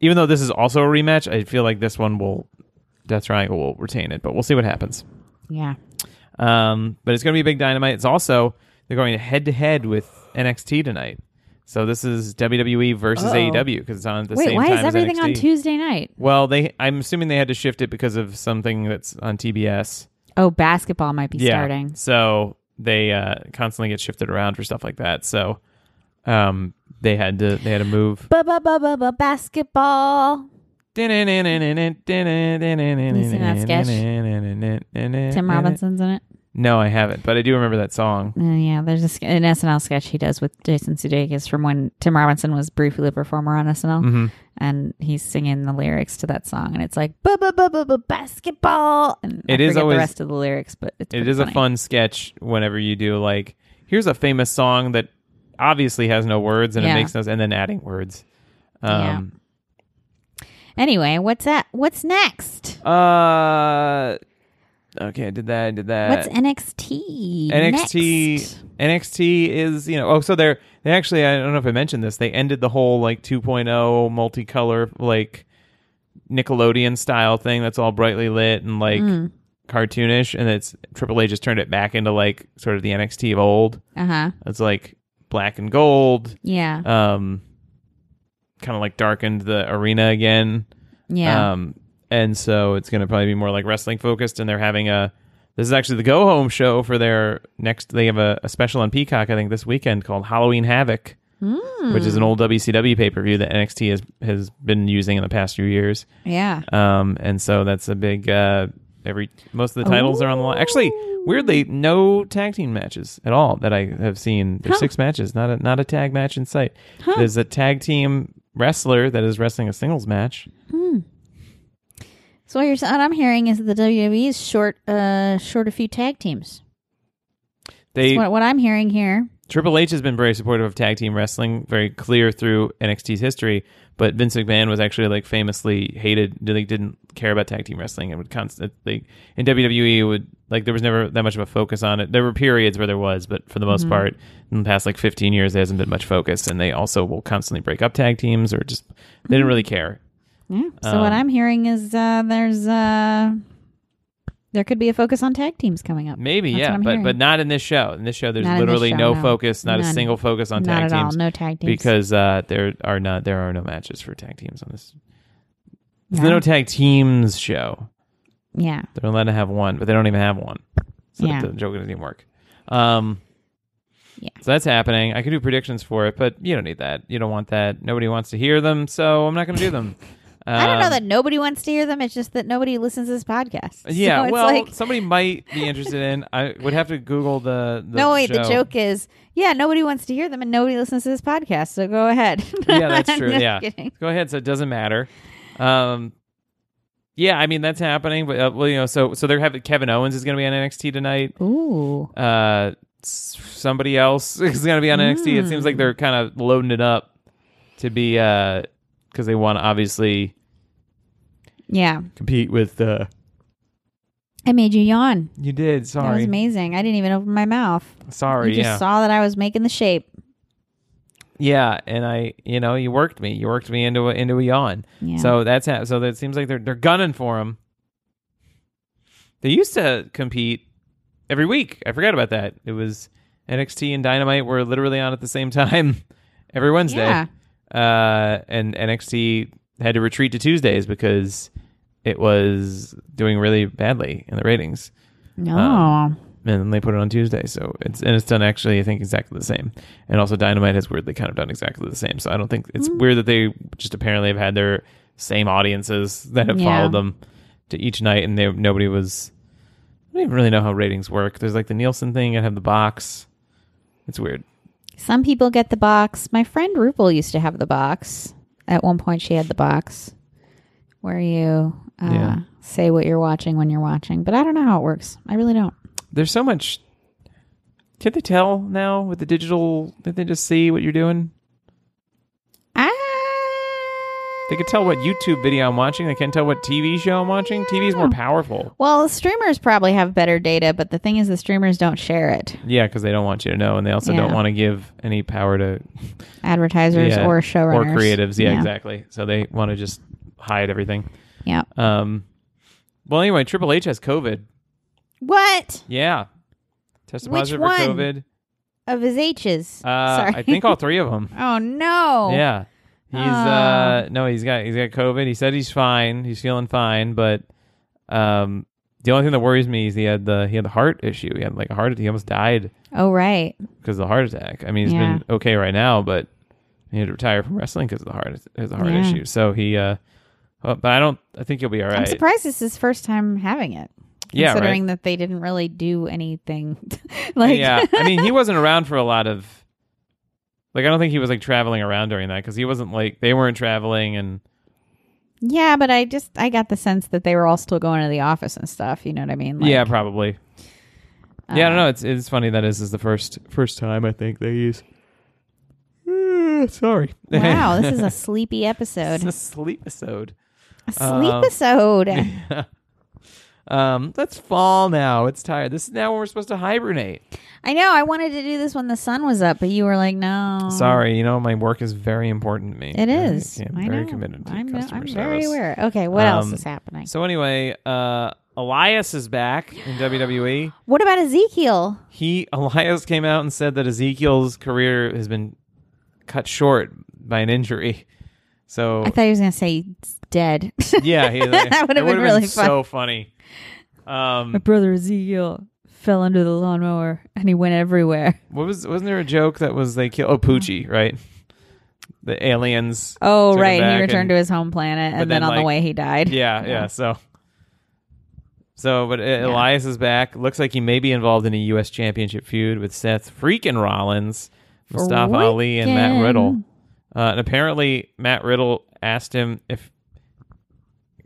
Speaker 2: even though this is also a rematch, I feel like this one will Death Triangle will retain it, but we'll see what happens.
Speaker 3: Yeah.
Speaker 2: Um, but it's going to be a big dynamite. It's also they're going head to head with NXT tonight. So this is WWE versus AEW because it's on at the
Speaker 3: Wait,
Speaker 2: same
Speaker 3: why
Speaker 2: time
Speaker 3: is everything
Speaker 2: as
Speaker 3: on
Speaker 2: NXT.
Speaker 3: Tuesday night?
Speaker 2: Well, they I'm assuming they had to shift it because of something that's on TBS.
Speaker 3: Oh, basketball might be starting.
Speaker 2: So they uh, constantly get shifted around for stuff like that. So um, they had to they had to move.
Speaker 3: Ba ba ba ba ba basketball. seen that sketch? Tim
Speaker 2: Tim
Speaker 3: Robinson's in it.
Speaker 2: No, I haven't, but I do remember that song.
Speaker 3: Uh, yeah, there's a, sk- an SNL sketch he does with Jason Sudeikis from when Tim Robinson was briefly the performer on SNL,
Speaker 2: Mm-hmm.
Speaker 3: and he's singing the lyrics to that song, and it's like ba ba ba ba ba basketball. And I
Speaker 2: It is
Speaker 3: forget
Speaker 2: always-
Speaker 3: the rest of the lyrics, but it's
Speaker 2: It
Speaker 3: pretty
Speaker 2: is a
Speaker 3: funny.
Speaker 2: fun sketch whenever you do like here's a famous song that obviously has no words and
Speaker 3: Yeah.
Speaker 2: it makes no s- and then adding words. Um
Speaker 3: Anyway, what's that? What's next?
Speaker 2: uh okay, I did that, I did that.
Speaker 3: What's NXT?
Speaker 2: NXT
Speaker 3: next?
Speaker 2: NXT is you know oh so they're they actually I don't know if I mentioned this they ended the whole like 2.0 multicolor like Nickelodeon style thing that's all brightly lit and like
Speaker 3: Mm.
Speaker 2: cartoonish and it's Triple H just turned it back into like sort of the NXT of old
Speaker 3: Uh huh.
Speaker 2: it's like black and gold
Speaker 3: Yeah.
Speaker 2: um kind of like darkened the arena again
Speaker 3: Yeah.
Speaker 2: um, and so it's going to probably be more like wrestling focused. And they're having a this is actually the go home show for their next. They have a, a special on Peacock, I think, this weekend called Halloween Havoc, which is an old WCW pay per view that NXT has has been using in the past few years.
Speaker 3: yeah.
Speaker 2: Um, and so that's a big. Uh, every most of the titles are on the line. Actually, weirdly, no tag team matches at all that I have seen. There's six matches, not a not a tag match in sight. There's a tag team wrestler that is wrestling a singles match.
Speaker 3: So what you're what I'm hearing is that the WWE is short uh short a few tag teams.
Speaker 2: They
Speaker 3: What what I'm hearing here.
Speaker 2: Triple H has been very supportive of tag team wrestling, very clear through NXT's history. But Vince McMahon was actually like famously hated, like didn't care about tag team wrestling, and would constantly in WWE it would like there was never that much of a focus on it. There were periods where there was, but for the most
Speaker 3: Mm-hmm.
Speaker 2: part, in the past like 15 years, there hasn't been much focus. And they also will constantly break up tag teams or just they
Speaker 3: Mm-hmm.
Speaker 2: didn't really care.
Speaker 3: Yeah. So what
Speaker 2: Um,
Speaker 3: I'm hearing is uh there's uh there could be a focus on tag teams coming up.
Speaker 2: Maybe
Speaker 3: That's what
Speaker 2: yeah,
Speaker 3: I'm
Speaker 2: but
Speaker 3: hearing.
Speaker 2: but not in this show. In this show, there's
Speaker 3: Not in this
Speaker 2: literally
Speaker 3: show,
Speaker 2: no,
Speaker 3: no.
Speaker 2: focus, not a
Speaker 3: None.
Speaker 2: single focus on
Speaker 3: not
Speaker 2: tag
Speaker 3: at
Speaker 2: teams.
Speaker 3: all. No tag teams.
Speaker 2: because uh, there are not there are no matches for tag teams on this. There's
Speaker 3: No?
Speaker 2: no tag teams show.
Speaker 3: yeah,
Speaker 2: They're allowed to have one, but they don't even have one. So
Speaker 3: Yeah.
Speaker 2: the joke doesn't even work. Um,
Speaker 3: Yeah.
Speaker 2: So that's happening. I can do predictions for it, but you don't need that. You don't want that. Nobody wants to hear them, so I'm not going to do them.
Speaker 3: I don't know
Speaker 2: Um,
Speaker 3: that nobody wants to hear them. It's just that nobody listens to this podcast.
Speaker 2: Yeah,
Speaker 3: So it's
Speaker 2: well,
Speaker 3: like,
Speaker 2: somebody might be interested in. I would have to Google the. the
Speaker 3: no wait.
Speaker 2: show.
Speaker 3: The joke is yeah, nobody wants to hear them, and nobody listens to this podcast. So go ahead.
Speaker 2: yeah, that's true.
Speaker 3: Just
Speaker 2: yeah,
Speaker 3: kidding.
Speaker 2: go ahead. So it doesn't matter. Um, yeah, I mean that's happening. But uh, well, you know, so so they're having Kevin Owens is going to be on NXT tonight.
Speaker 3: Ooh.
Speaker 2: Uh, s- somebody else is going to be on NXT. It
Speaker 3: Mm.
Speaker 2: seems like they're kind of loading it up to be because they want to obviously
Speaker 3: Yeah.
Speaker 2: compete with the.
Speaker 3: I made you yawn.
Speaker 2: You did.
Speaker 3: That was
Speaker 2: Sorry.
Speaker 3: amazing. I didn't even open my mouth.
Speaker 2: Sorry.
Speaker 3: you just
Speaker 2: yeah.
Speaker 3: saw that I was making the shape.
Speaker 2: yeah. And I, you know, you worked me. You worked me into a into a yawn.
Speaker 3: Yeah.
Speaker 2: So that's ha- so that seems like they're they're gunning for him. They used to compete every week. I forgot about that. It was NXT and Dynamite were literally on at the same time every Wednesday.
Speaker 3: Yeah.
Speaker 2: Uh, and NXT had to retreat to Tuesdays because it was doing really badly in the ratings.
Speaker 3: No.
Speaker 2: um, And then they put it on Tuesday, so it's and it's done actually I think exactly the same. And also Dynamite has weirdly kind of done exactly the same. So I don't think it's weird that they just apparently have had their same audiences that have
Speaker 3: Yeah.
Speaker 2: followed them to each night, and they nobody was. I don't even really know how ratings work. There's like the Nielsen thing and have the box. It's weird.
Speaker 3: Some people get the box. My friend Rupal used to have the box. At one point, she had the box where you uh,
Speaker 2: Yeah.
Speaker 3: say what you're watching when you're watching. But I don't know how it works. I really don't.
Speaker 2: There's so much. Can they tell now with the
Speaker 3: Ah!
Speaker 2: digital? Did they just see what you're doing?
Speaker 3: I
Speaker 2: They could tell what YouTube video I'm watching. They can't tell what TV show I'm watching. TV's more powerful.
Speaker 3: Well, streamers probably have better data, but the thing is, the streamers don't share it.
Speaker 2: Yeah, because they don't want you to know, and they also don't
Speaker 3: Yeah.
Speaker 2: want to give any power to
Speaker 3: Advertisers
Speaker 2: yeah,
Speaker 3: or showrunners
Speaker 2: or creatives. Yeah,
Speaker 3: yeah,
Speaker 2: exactly. So they want to just hide everything.
Speaker 3: Yeah.
Speaker 2: Um, well, anyway, Triple H has COVID.
Speaker 3: What
Speaker 2: Yeah, tested
Speaker 3: Which
Speaker 2: positive
Speaker 3: one?
Speaker 2: for COVID.
Speaker 3: of his H's?
Speaker 2: Uh,
Speaker 3: Sorry.
Speaker 2: I think all three of them.
Speaker 3: Oh Ah. no.
Speaker 2: Yeah. He's uh no, he's got he's got COVID. He said he's fine. He's feeling fine, but um the only thing that worries me is he had the he had the heart issue. He had like a heart he almost died
Speaker 3: Oh right.
Speaker 2: because of the heart attack. I mean, he's been okay right now, but he had to retire from wrestling because of the heart his heart
Speaker 3: Yeah.
Speaker 2: issue. So he uh well, but I don't I think he'll be all
Speaker 3: I'm
Speaker 2: right.
Speaker 3: surprised this is his first time having it.
Speaker 2: yeah,
Speaker 3: Considering
Speaker 2: right.
Speaker 3: that they didn't really do anything. like
Speaker 2: yeah. I mean, he wasn't around for a lot of like I don't think he was like traveling around during that cuz he wasn't like they weren't traveling and
Speaker 3: Yeah, but I just I got the sense that they were all still going to the office and stuff. You know what I mean? Like,
Speaker 2: yeah, probably. yeah, I
Speaker 3: uh,
Speaker 2: don't know. It's it's funny that is is the first first time I think they use. Eh, Sorry.
Speaker 3: um, Wow, this is a sleepy
Speaker 2: it's a
Speaker 3: episode.
Speaker 2: sleep episode.
Speaker 3: A sleep
Speaker 2: um,
Speaker 3: episode.
Speaker 2: Um, let's fall now. It's tired. This is now when we're supposed to hibernate.
Speaker 3: I know. I wanted to do this when the sun was up, but you were like, "No."
Speaker 2: Sorry, you know my work is very important to me.
Speaker 3: It is.
Speaker 2: I, am
Speaker 3: I
Speaker 2: very
Speaker 3: know.
Speaker 2: committed to
Speaker 3: I'm,
Speaker 2: customer
Speaker 3: I'm
Speaker 2: service.
Speaker 3: very aware. Okay, what else
Speaker 2: Um,
Speaker 3: is happening?
Speaker 2: So anyway, uh, Elias is back in WWE.
Speaker 3: What about Ezekiel?
Speaker 2: He Elias came out and said that Ezekiel's career has been cut short by an injury. So
Speaker 3: I thought he was going to say he's dead.
Speaker 2: Yeah, he,
Speaker 3: That would've
Speaker 2: it
Speaker 3: been
Speaker 2: would've
Speaker 3: really
Speaker 2: so funny. Um,
Speaker 3: brother Ezekiel fell under the lawnmower and he went everywhere.
Speaker 2: what was wasn't there a joke that was they kill oh Poochie right? The aliens.
Speaker 3: Oh,
Speaker 2: took him
Speaker 3: right.
Speaker 2: back
Speaker 3: He returned
Speaker 2: and-
Speaker 3: to his home planet,
Speaker 2: but
Speaker 3: and
Speaker 2: then,
Speaker 3: then, on
Speaker 2: like-
Speaker 3: the way he died.
Speaker 2: Yeah, yeah. So, so but uh, Elias is back. Looks like he may be involved in a U.S. Championship feud with Seth freaking Rollins, Mustafa Ali, and Matt
Speaker 3: Freakin'.
Speaker 2: Riddle. Uh, and apparently, Matt Riddle asked him if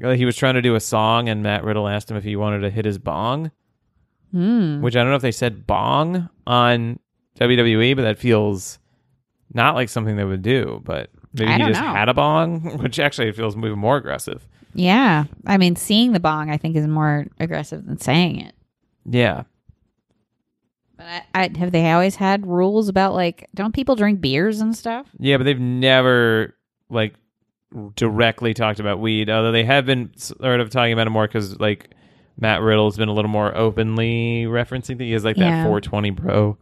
Speaker 2: uh, he was trying to do a song, and Matt Riddle asked him if he wanted to hit his bong.
Speaker 3: Hmm.
Speaker 2: which I don't know if they said bong on WWE, but that feels not like something they would do. But maybe
Speaker 3: I
Speaker 2: he
Speaker 3: don't
Speaker 2: just
Speaker 3: know.
Speaker 2: had a bong, which actually feels even more aggressive.
Speaker 3: Yeah. I mean, seeing the bong, I think, is more aggressive than saying it.
Speaker 2: Yeah.
Speaker 3: But I, I, have they always had rules about, like, don't people drink beers and stuff?
Speaker 2: Yeah, but they've never like directly talked about weed, although they have been sort of talking about it more because like Matt Riddle's been a little more openly referencing that he has like that
Speaker 3: Yeah.
Speaker 2: 420 bro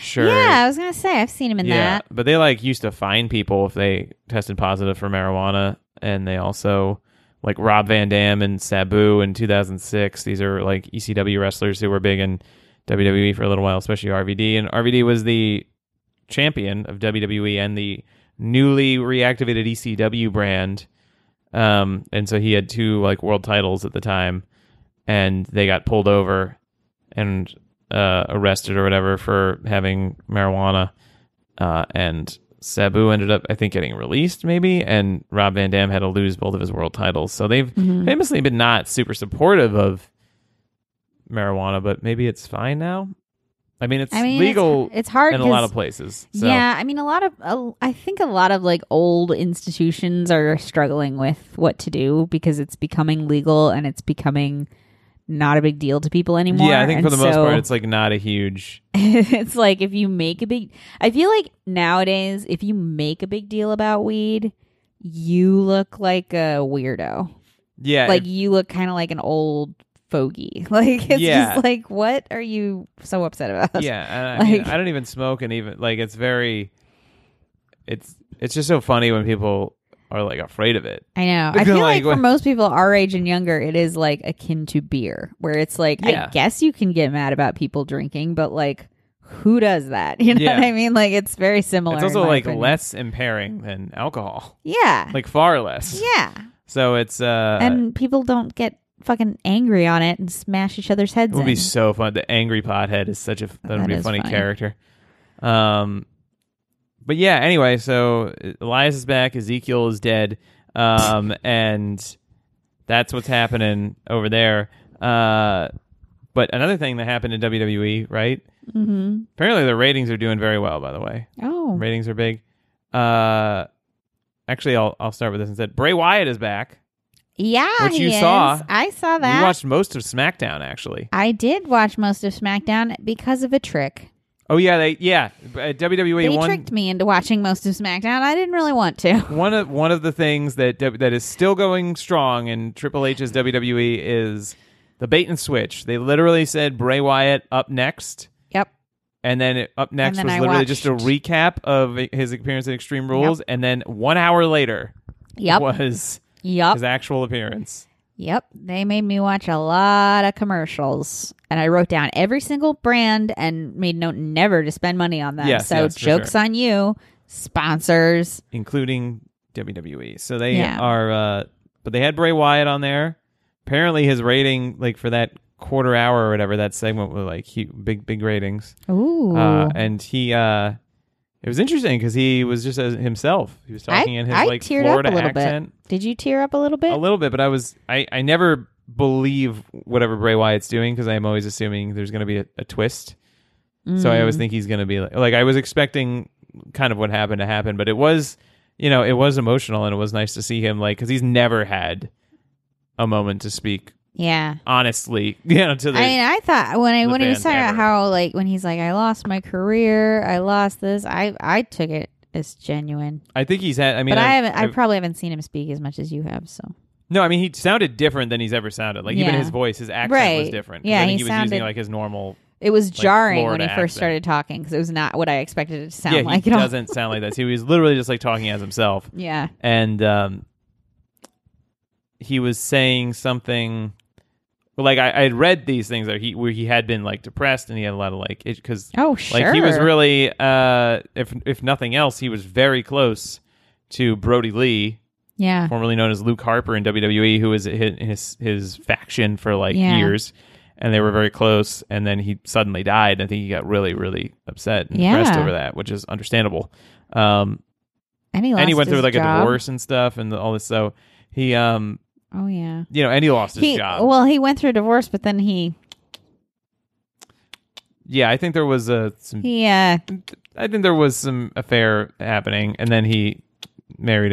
Speaker 2: shirt.
Speaker 3: Yeah, I was going to say, I've seen him in
Speaker 2: yeah,
Speaker 3: that.
Speaker 2: but they like used to fine people if they tested positive for marijuana, and they also like Rob Van Dam and Sabu in 2006. These are like ECW wrestlers who were big in WWE for a little while, especially RVD. And RVD was the champion of WWE and the newly reactivated ECW brand. Um, and so he had two like world titles at the time, and they got pulled over and uh, arrested or whatever for having marijuana. Uh, and Sabu ended up, I think, getting released maybe, and Rob Van Dam had to lose both of his world titles. So they've
Speaker 3: Mm-hmm.
Speaker 2: famously been not super supportive of marijuana, but maybe it's fine now. I mean, it's
Speaker 3: I mean, it's-
Speaker 2: legal
Speaker 3: it's hard
Speaker 2: in a lot
Speaker 3: 'cause-
Speaker 2: of places. So.
Speaker 3: Yeah, I mean, a lot of a, I think a lot of like old institutions are struggling with what to do because it's becoming legal and it's becoming not a big deal to people anymore.
Speaker 2: Yeah, I think for
Speaker 3: And
Speaker 2: the most
Speaker 3: so
Speaker 2: part, it's like not a huge.
Speaker 3: it's like if you make a big, I feel like nowadays if you make a big deal about weed, you look like a weirdo.
Speaker 2: Yeah,
Speaker 3: Like
Speaker 2: it-
Speaker 3: you look kind of like an old fogey. Like it's
Speaker 2: Yeah.
Speaker 3: just like what are you so upset about?
Speaker 2: yeah. I, I mean,
Speaker 3: like-
Speaker 2: I don't even smoke, and even like it's very. It's it's just so funny when people are like afraid of it.
Speaker 3: I know.
Speaker 2: They're
Speaker 3: I feel
Speaker 2: gonna,
Speaker 3: like,
Speaker 2: like,
Speaker 3: for
Speaker 2: wh-
Speaker 3: most people our age and younger, it is like akin to beer, where it's like,
Speaker 2: Yeah.
Speaker 3: I guess you can get mad about people drinking, but like, who does that? You know
Speaker 2: Yeah.
Speaker 3: what I mean? Like, it's very similar.
Speaker 2: It's
Speaker 3: in
Speaker 2: also
Speaker 3: my
Speaker 2: like
Speaker 3: opinion.
Speaker 2: less impairing than alcohol,
Speaker 3: Yeah.
Speaker 2: like far less.
Speaker 3: yeah.
Speaker 2: So it's uh,
Speaker 3: and people don't get fucking angry on it and smash each other's heads
Speaker 2: it would
Speaker 3: in.
Speaker 2: be so fun. The angry pothead is such a that would
Speaker 3: That
Speaker 2: be a
Speaker 3: is
Speaker 2: funny
Speaker 3: funny.
Speaker 2: character. Um, but yeah. Anyway, so Elias is back. Ezekiel is dead. Um, and that's what's happening over there. Uh, but another thing that happened in WWE, right?
Speaker 3: mm-hmm. Mm.
Speaker 2: Apparently, the ratings are doing very well. By the way,
Speaker 3: Oh.
Speaker 2: ratings are big. Uh, actually, I'll I'll start with this instead. Bray Wyatt is back.
Speaker 3: Yeah,
Speaker 2: Which
Speaker 3: he
Speaker 2: you
Speaker 3: is.
Speaker 2: saw.
Speaker 3: I saw that.
Speaker 2: We watched most of SmackDown actually.
Speaker 3: I did watch most of SmackDown because of a trick.
Speaker 2: Oh yeah, they yeah uh, WWE
Speaker 3: They
Speaker 2: one
Speaker 3: tricked me into watching most of SmackDown. I didn't really want to.
Speaker 2: one of one of the things that W- that is still going strong in Triple H's WWE is the bait and switch. They literally said Bray Wyatt up next.
Speaker 3: Yep.
Speaker 2: And then it, up next
Speaker 3: then
Speaker 2: was
Speaker 3: I
Speaker 2: literally just a
Speaker 3: watched.
Speaker 2: recap of his appearance in Extreme Rules, and then one hour later
Speaker 3: Yep.
Speaker 2: was
Speaker 3: Yep.
Speaker 2: his actual appearance.
Speaker 3: Yep. They made me watch a lot of commercials. And I wrote down every single brand and made note never to spend money on them.
Speaker 2: Yes,
Speaker 3: so
Speaker 2: yes, for
Speaker 3: jokes
Speaker 2: sure.
Speaker 3: on you, sponsors.
Speaker 2: including WWE. So they
Speaker 3: Yeah.
Speaker 2: are, uh, but they had Bray Wyatt on there. Apparently, his rating, like for that quarter hour or whatever, that segment was like he, big, big ratings.
Speaker 3: Ooh.
Speaker 2: Uh, and he, uh, it was interesting because he was just as himself. He was
Speaker 3: I,
Speaker 2: talking in his
Speaker 3: I
Speaker 2: like
Speaker 3: teared
Speaker 2: Florida
Speaker 3: up a little
Speaker 2: accent
Speaker 3: bit. Did you tear up a little bit?
Speaker 2: a little bit, but I was, I, I never believe whatever Bray Wyatt's doing because I'm always assuming there's going to be a, a twist. Oh, So
Speaker 3: Mm.
Speaker 2: I always think he's going to be like, like I was expecting kind of what happened to happen, but it was, you know, it was emotional and it was nice to see him like because he's never had a moment to speak
Speaker 3: yeah.
Speaker 2: honestly, you know, to the
Speaker 3: I mean, I thought when I
Speaker 2: the
Speaker 3: when he was
Speaker 2: fans
Speaker 3: talking about
Speaker 2: ever.
Speaker 3: how like when he's like, I lost my career, I lost this. I I took it as genuine,
Speaker 2: I think he's had. I mean,
Speaker 3: but I
Speaker 2: I've-
Speaker 3: haven't. I
Speaker 2: I've-
Speaker 3: probably haven't seen him speak as much as you have. So
Speaker 2: no, I mean, he sounded different than he's ever sounded. Like even
Speaker 3: Yeah.
Speaker 2: his voice, his accent was
Speaker 3: Right.
Speaker 2: different. 'Cause
Speaker 3: Yeah,
Speaker 2: I think
Speaker 3: he
Speaker 2: he, was
Speaker 3: sounded-
Speaker 2: using like his normal.
Speaker 3: it was jarring when
Speaker 2: Florida
Speaker 3: he first
Speaker 2: accent.
Speaker 3: started talking because it was not what I expected it to sound
Speaker 2: yeah,
Speaker 3: like
Speaker 2: he
Speaker 3: at all.
Speaker 2: doesn't sound like that. He was literally just like talking as himself.
Speaker 3: Yeah,
Speaker 2: and um, he was saying something like I, I had read these things that he where he had been like depressed and he had a lot of like because
Speaker 3: Oh, sure.
Speaker 2: like he was really uh if if nothing else he was very close to Brody Lee
Speaker 3: yeah,
Speaker 2: formerly known as Luke Harper in WWE who was his his, his faction for like
Speaker 3: Yeah.
Speaker 2: years and they were very close and then he suddenly died and I think he got really really upset and depressed
Speaker 3: Yeah.
Speaker 2: over that which is understandable um
Speaker 3: and he, lost
Speaker 2: and he went through
Speaker 3: his
Speaker 2: like
Speaker 3: job.
Speaker 2: a divorce and stuff and all this so he um
Speaker 3: Oh yeah,
Speaker 2: you know and he lost his
Speaker 3: he
Speaker 2: job
Speaker 3: well he went through a divorce, but then he
Speaker 2: yeah i think there was a some
Speaker 3: he uh
Speaker 2: i think there was some affair happening and then he married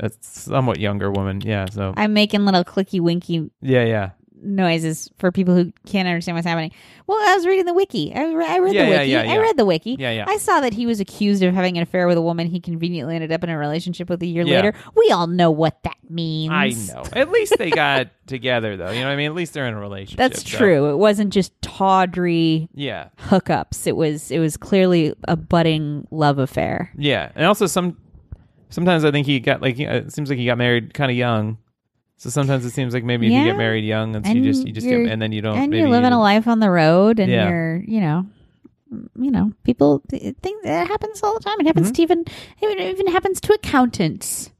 Speaker 2: a, a somewhat younger woman yeah so
Speaker 3: I'm making little clicky winky
Speaker 2: yeah yeah
Speaker 3: noises for people who can't understand what's happening. Well, I was reading the wiki. I, re- I read
Speaker 2: Yeah,
Speaker 3: the
Speaker 2: yeah,
Speaker 3: wiki.
Speaker 2: yeah, yeah.
Speaker 3: I read the wiki.
Speaker 2: Yeah, yeah.
Speaker 3: I saw that he was accused of having an affair with a woman he conveniently ended up in a relationship with a year
Speaker 2: Yeah.
Speaker 3: later. We all know what that means.
Speaker 2: i know at least they got together though you know what i mean at least they're in a relationship
Speaker 3: That's
Speaker 2: so-
Speaker 3: true. It wasn't just tawdry
Speaker 2: yeah
Speaker 3: hookups. It was it was clearly a budding love affair.
Speaker 2: yeah and also some sometimes i think he got like you know, it seems like he got married kind of young so sometimes it seems like maybe if you
Speaker 3: Yeah.
Speaker 2: get married young and,
Speaker 3: And
Speaker 2: you just you just get,
Speaker 3: you're-
Speaker 2: and then you don't
Speaker 3: and
Speaker 2: maybe
Speaker 3: you're
Speaker 2: you
Speaker 3: living a
Speaker 2: don't-
Speaker 3: life on the road and
Speaker 2: Yeah.
Speaker 3: you're, you know, mm, you know, people think that happens all the time. It
Speaker 2: Mm-hmm.
Speaker 3: happens to even it even happens to accountants.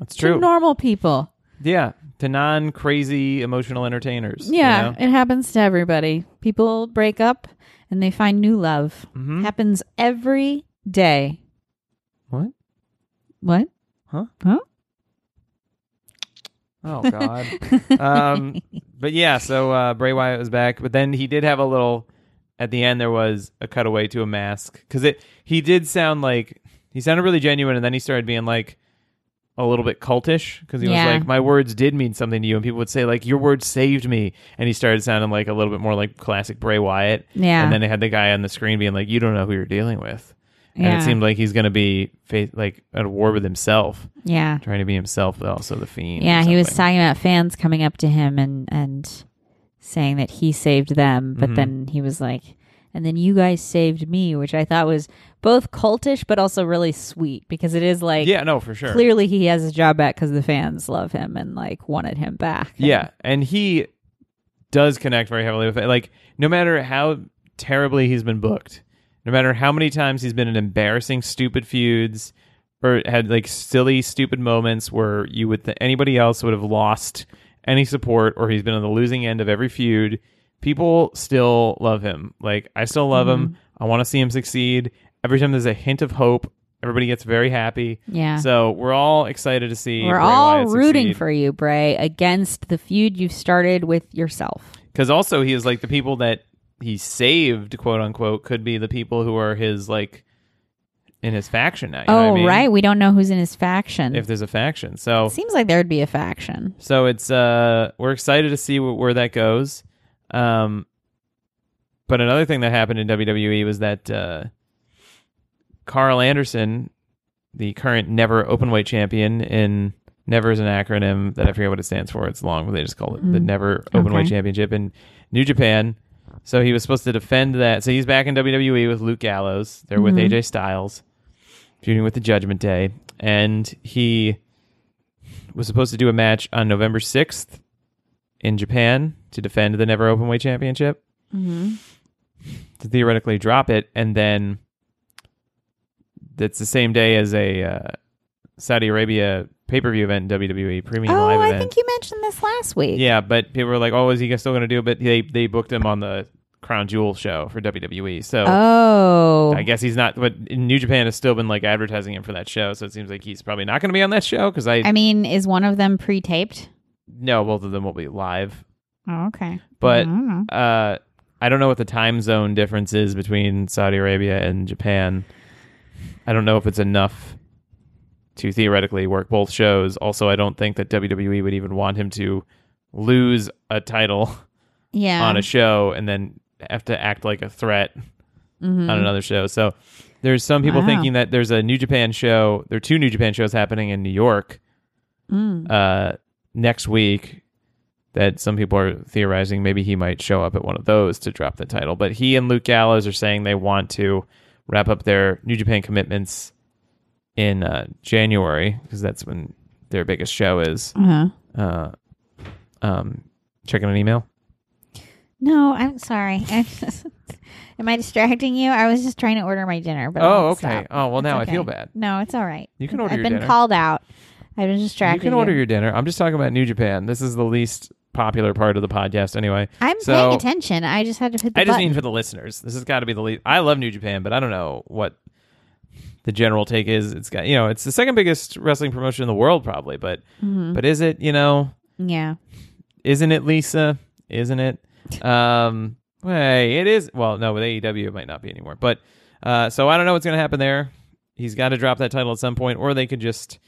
Speaker 2: that's
Speaker 3: To
Speaker 2: true
Speaker 3: normal people.
Speaker 2: Yeah, to non crazy emotional entertainers. you
Speaker 3: Yeah,
Speaker 2: know?
Speaker 3: it happens to everybody. People break up and they find new love.
Speaker 2: Mhm.
Speaker 3: Happens every day.
Speaker 2: What?
Speaker 3: What?
Speaker 2: Huh?
Speaker 3: Huh?
Speaker 2: Oh God. um, but yeah, so uh, Bray Wyatt was back, but then he did have a little. At the end, there was a cutaway to a mask because it he did sound like he sounded really genuine, and then he started being like a little bit cultish because he
Speaker 3: Yeah.
Speaker 2: was like, "My words did mean something to you," and people would say like, "Your words saved me," and he started sounding like a little bit more like classic Bray Wyatt.
Speaker 3: Yeah.
Speaker 2: and then they had the guy on the screen being like, "You don't know who you're dealing with." And
Speaker 3: Yeah.
Speaker 2: it seemed like he's going to be fa- like at war with himself,
Speaker 3: Yeah.
Speaker 2: trying to be himself, but also the fiend. or
Speaker 3: Yeah, he was
Speaker 2: something.
Speaker 3: talking about fans coming up to him and and saying that he saved them, but
Speaker 2: Mm-hmm.
Speaker 3: then he was like and then you guys saved me, which I thought was both cultish but also really sweet because it is like
Speaker 2: yeah, no, for sure.
Speaker 3: clearly he has his job back because the fans love him and like wanted him back.
Speaker 2: Yeah, and he does connect very heavily with it. Like, no matter how terribly he's been booked, no matter how many times he's been in embarrassing, stupid feuds, or had like silly, stupid moments where you would th- anybody else would have lost any support, or he's been on the losing end of every feud. People still love him. Like, I still love him.
Speaker 3: Mm-hmm.
Speaker 2: I want to see him succeed. Every time there's a hint of hope, everybody gets very happy.
Speaker 3: Yeah.
Speaker 2: So we're all excited to see.
Speaker 3: We're
Speaker 2: Bray
Speaker 3: all
Speaker 2: Wyatt
Speaker 3: rooting
Speaker 2: succeed.
Speaker 3: for you, Bray, against the feud you've started with yourself.
Speaker 2: because also he is like the people that he saved quote unquote could be the people who are his like in his faction now. you know what I
Speaker 3: oh,
Speaker 2: mean?
Speaker 3: right. We don't know who's in his faction.
Speaker 2: If there's a faction, so
Speaker 3: Seems like there'd be a faction.
Speaker 2: so it's uh we're excited to see wh- where that goes. Um, but another thing that happened in WWE was that uh, Carl Anderson, the current never openweight champion in never is an acronym that I forget what it stands for. It's long, but they just call it the
Speaker 3: Mm.
Speaker 2: never openweight
Speaker 3: Okay.
Speaker 2: championship in New Japan. So he was supposed to defend that. So he's back in WWE with Luke Gallows. They're with
Speaker 3: Mhm.
Speaker 2: AJ Styles, feuding with the Judgment Day, and he was supposed to do a match on November sixth in Japan to defend the never openweight championship
Speaker 3: Mm-hmm.
Speaker 2: to theoretically drop it, and then that's the same day as a uh, Saudi Arabia pay per view event, WWE E, Premium
Speaker 3: Oh,
Speaker 2: Live
Speaker 3: I
Speaker 2: event.
Speaker 3: think you mentioned this last week.
Speaker 2: yeah, but people were like, "Oh, is he still going to do it?" But they they booked him on the Crown Jewel show for WWE, so.
Speaker 3: Oh.
Speaker 2: I guess he's not, but New Japan has still been like advertising him for that show, so it seems like he's probably not going to be on that show because I
Speaker 3: I mean, is one of them pre-taped?
Speaker 2: know both of them will be live.
Speaker 3: Oh, okay.
Speaker 2: But
Speaker 3: I don't know.
Speaker 2: uh, I don't know what the time zone difference is between Saudi Arabia and Japan. I don't know if it's enough to theoretically work both shows. Also, I don't think that WWE would even want him to lose a title
Speaker 3: yeah.
Speaker 2: on a show and then have to act like a threat
Speaker 3: Mhm.
Speaker 2: on another show. So there's some people
Speaker 3: Wow.
Speaker 2: thinking that there's a New Japan show. There are two New Japan shows happening in New York
Speaker 3: Mm.
Speaker 2: uh, next week that some people are theorizing maybe he might show up at one of those to drop the title. But he and Luke Gallows are saying they want to wrap up their New Japan commitments in uh, January because that's when their biggest show is.
Speaker 3: Uh-huh.
Speaker 2: Uh, um, checking an email.
Speaker 3: No, I'm sorry. I'm just- Am I distracting you? I was just trying to order my dinner, but I
Speaker 2: oh,
Speaker 3: won't
Speaker 2: okay.
Speaker 3: stop.
Speaker 2: Oh, well, now
Speaker 3: It's
Speaker 2: I feel
Speaker 3: okay.
Speaker 2: bad.
Speaker 3: No, it's all right.
Speaker 2: You can
Speaker 3: I've-
Speaker 2: order
Speaker 3: I've
Speaker 2: your
Speaker 3: been
Speaker 2: dinner.
Speaker 3: called out. I've been
Speaker 2: You
Speaker 3: distracted.
Speaker 2: can order your dinner. I'm just talking about New Japan. This is the least popular part of the podcast, anyway.
Speaker 3: I'm
Speaker 2: so-
Speaker 3: paying attention. I just had to hit the
Speaker 2: I just
Speaker 3: button.
Speaker 2: mean for the listeners. This has got to be the least. I love New Japan, but I don't know what the general take is. It's got you know, it's the second biggest wrestling promotion in the world, probably. But
Speaker 3: Mm-hmm.
Speaker 2: but is it? You know,
Speaker 3: yeah.
Speaker 2: isn't it Lisa? Isn't it? Um, hey, it is. Well, no, with AEW it might not be anymore. But uh, so I don't know what's going to happen there. He's got to drop that title at some point, or they could just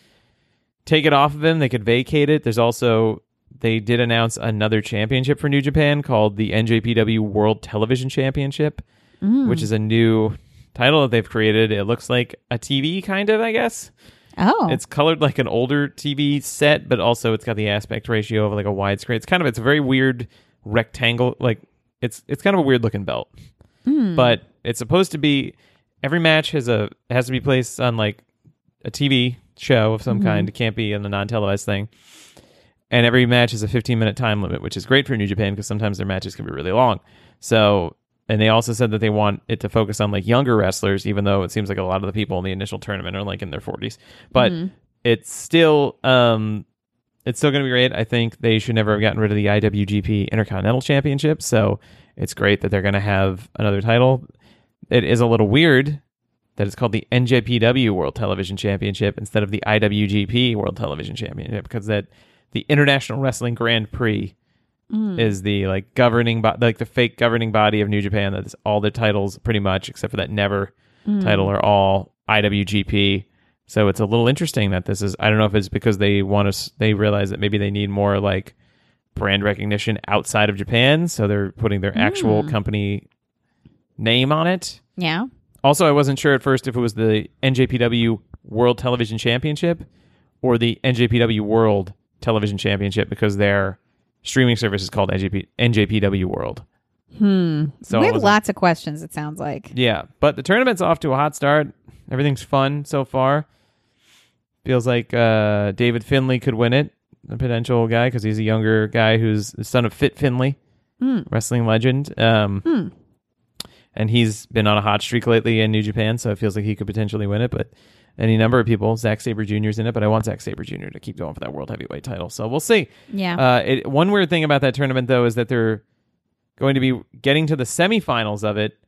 Speaker 2: take it off of him. They could vacate it. There's also they did announce another championship for New Japan called the NJPW World Television Championship, which is a new title that they've created. It looks like a TV kind of, I guess.
Speaker 3: Oh.
Speaker 2: It's colored like an older TV set, but also it's got the aspect ratio of like a widescreen. It's kind of it's a very weird rectangle. Like it's it's kind of a weird looking belt, but it's supposed to be every match has a has to be placed on like a TV show of some kind. It can't be in a non televised thing. And every match is a 15 minute time limit, which is great for New Japan because sometimes their matches can be really long. So, and they also said that they want it to focus on like younger wrestlers, even though it seems like a lot of the people in the initial tournament are like in their 40s. But it's still, um, it's still going to be great. I think they should never have gotten rid of the IWGP Intercontinental Championship. So it's great that they're going to have another title. It is a little weird that it's called the NJPW World Television Championship instead of the IWGP World Television Championship because that the International Wrestling Grand Prix is the like governing bo- like the fake governing body of New Japan that is all the titles pretty much except for that never title are all IWGP. So it's a little interesting that this is I don't know if it's because they want to they realize that maybe they need more like brand recognition outside of Japan, so they're putting their actual company name on it.
Speaker 3: yeah.
Speaker 2: Also, I wasn't sure at first if it was the NJPW World Television Championship or the NJPW World Television Championship because their streaming service is called NJP, NJPW World.
Speaker 3: Hmm.
Speaker 2: So
Speaker 3: we
Speaker 2: I
Speaker 3: have
Speaker 2: wasn't-
Speaker 3: lots of questions. It sounds like.
Speaker 2: Yeah, but the tournament's off to a hot start. Everything's fun so far. Feels like uh, David Finley could win it, a potential guy because he's a younger guy who's the son of Fit Finley,
Speaker 3: Hmm.
Speaker 2: wrestling legend. Um,
Speaker 3: Hmm.
Speaker 2: and he's been on a hot streak lately in New Japan, so it feels like he could potentially win it. But any number of people, Zack Saber Jr. is in it, but I want Zack Saber Jr. to keep going for that world heavyweight title. So we'll see.
Speaker 3: Yeah.
Speaker 2: Uh, it, one weird thing about that tournament, though, is that they're going to be getting to the semifinals of it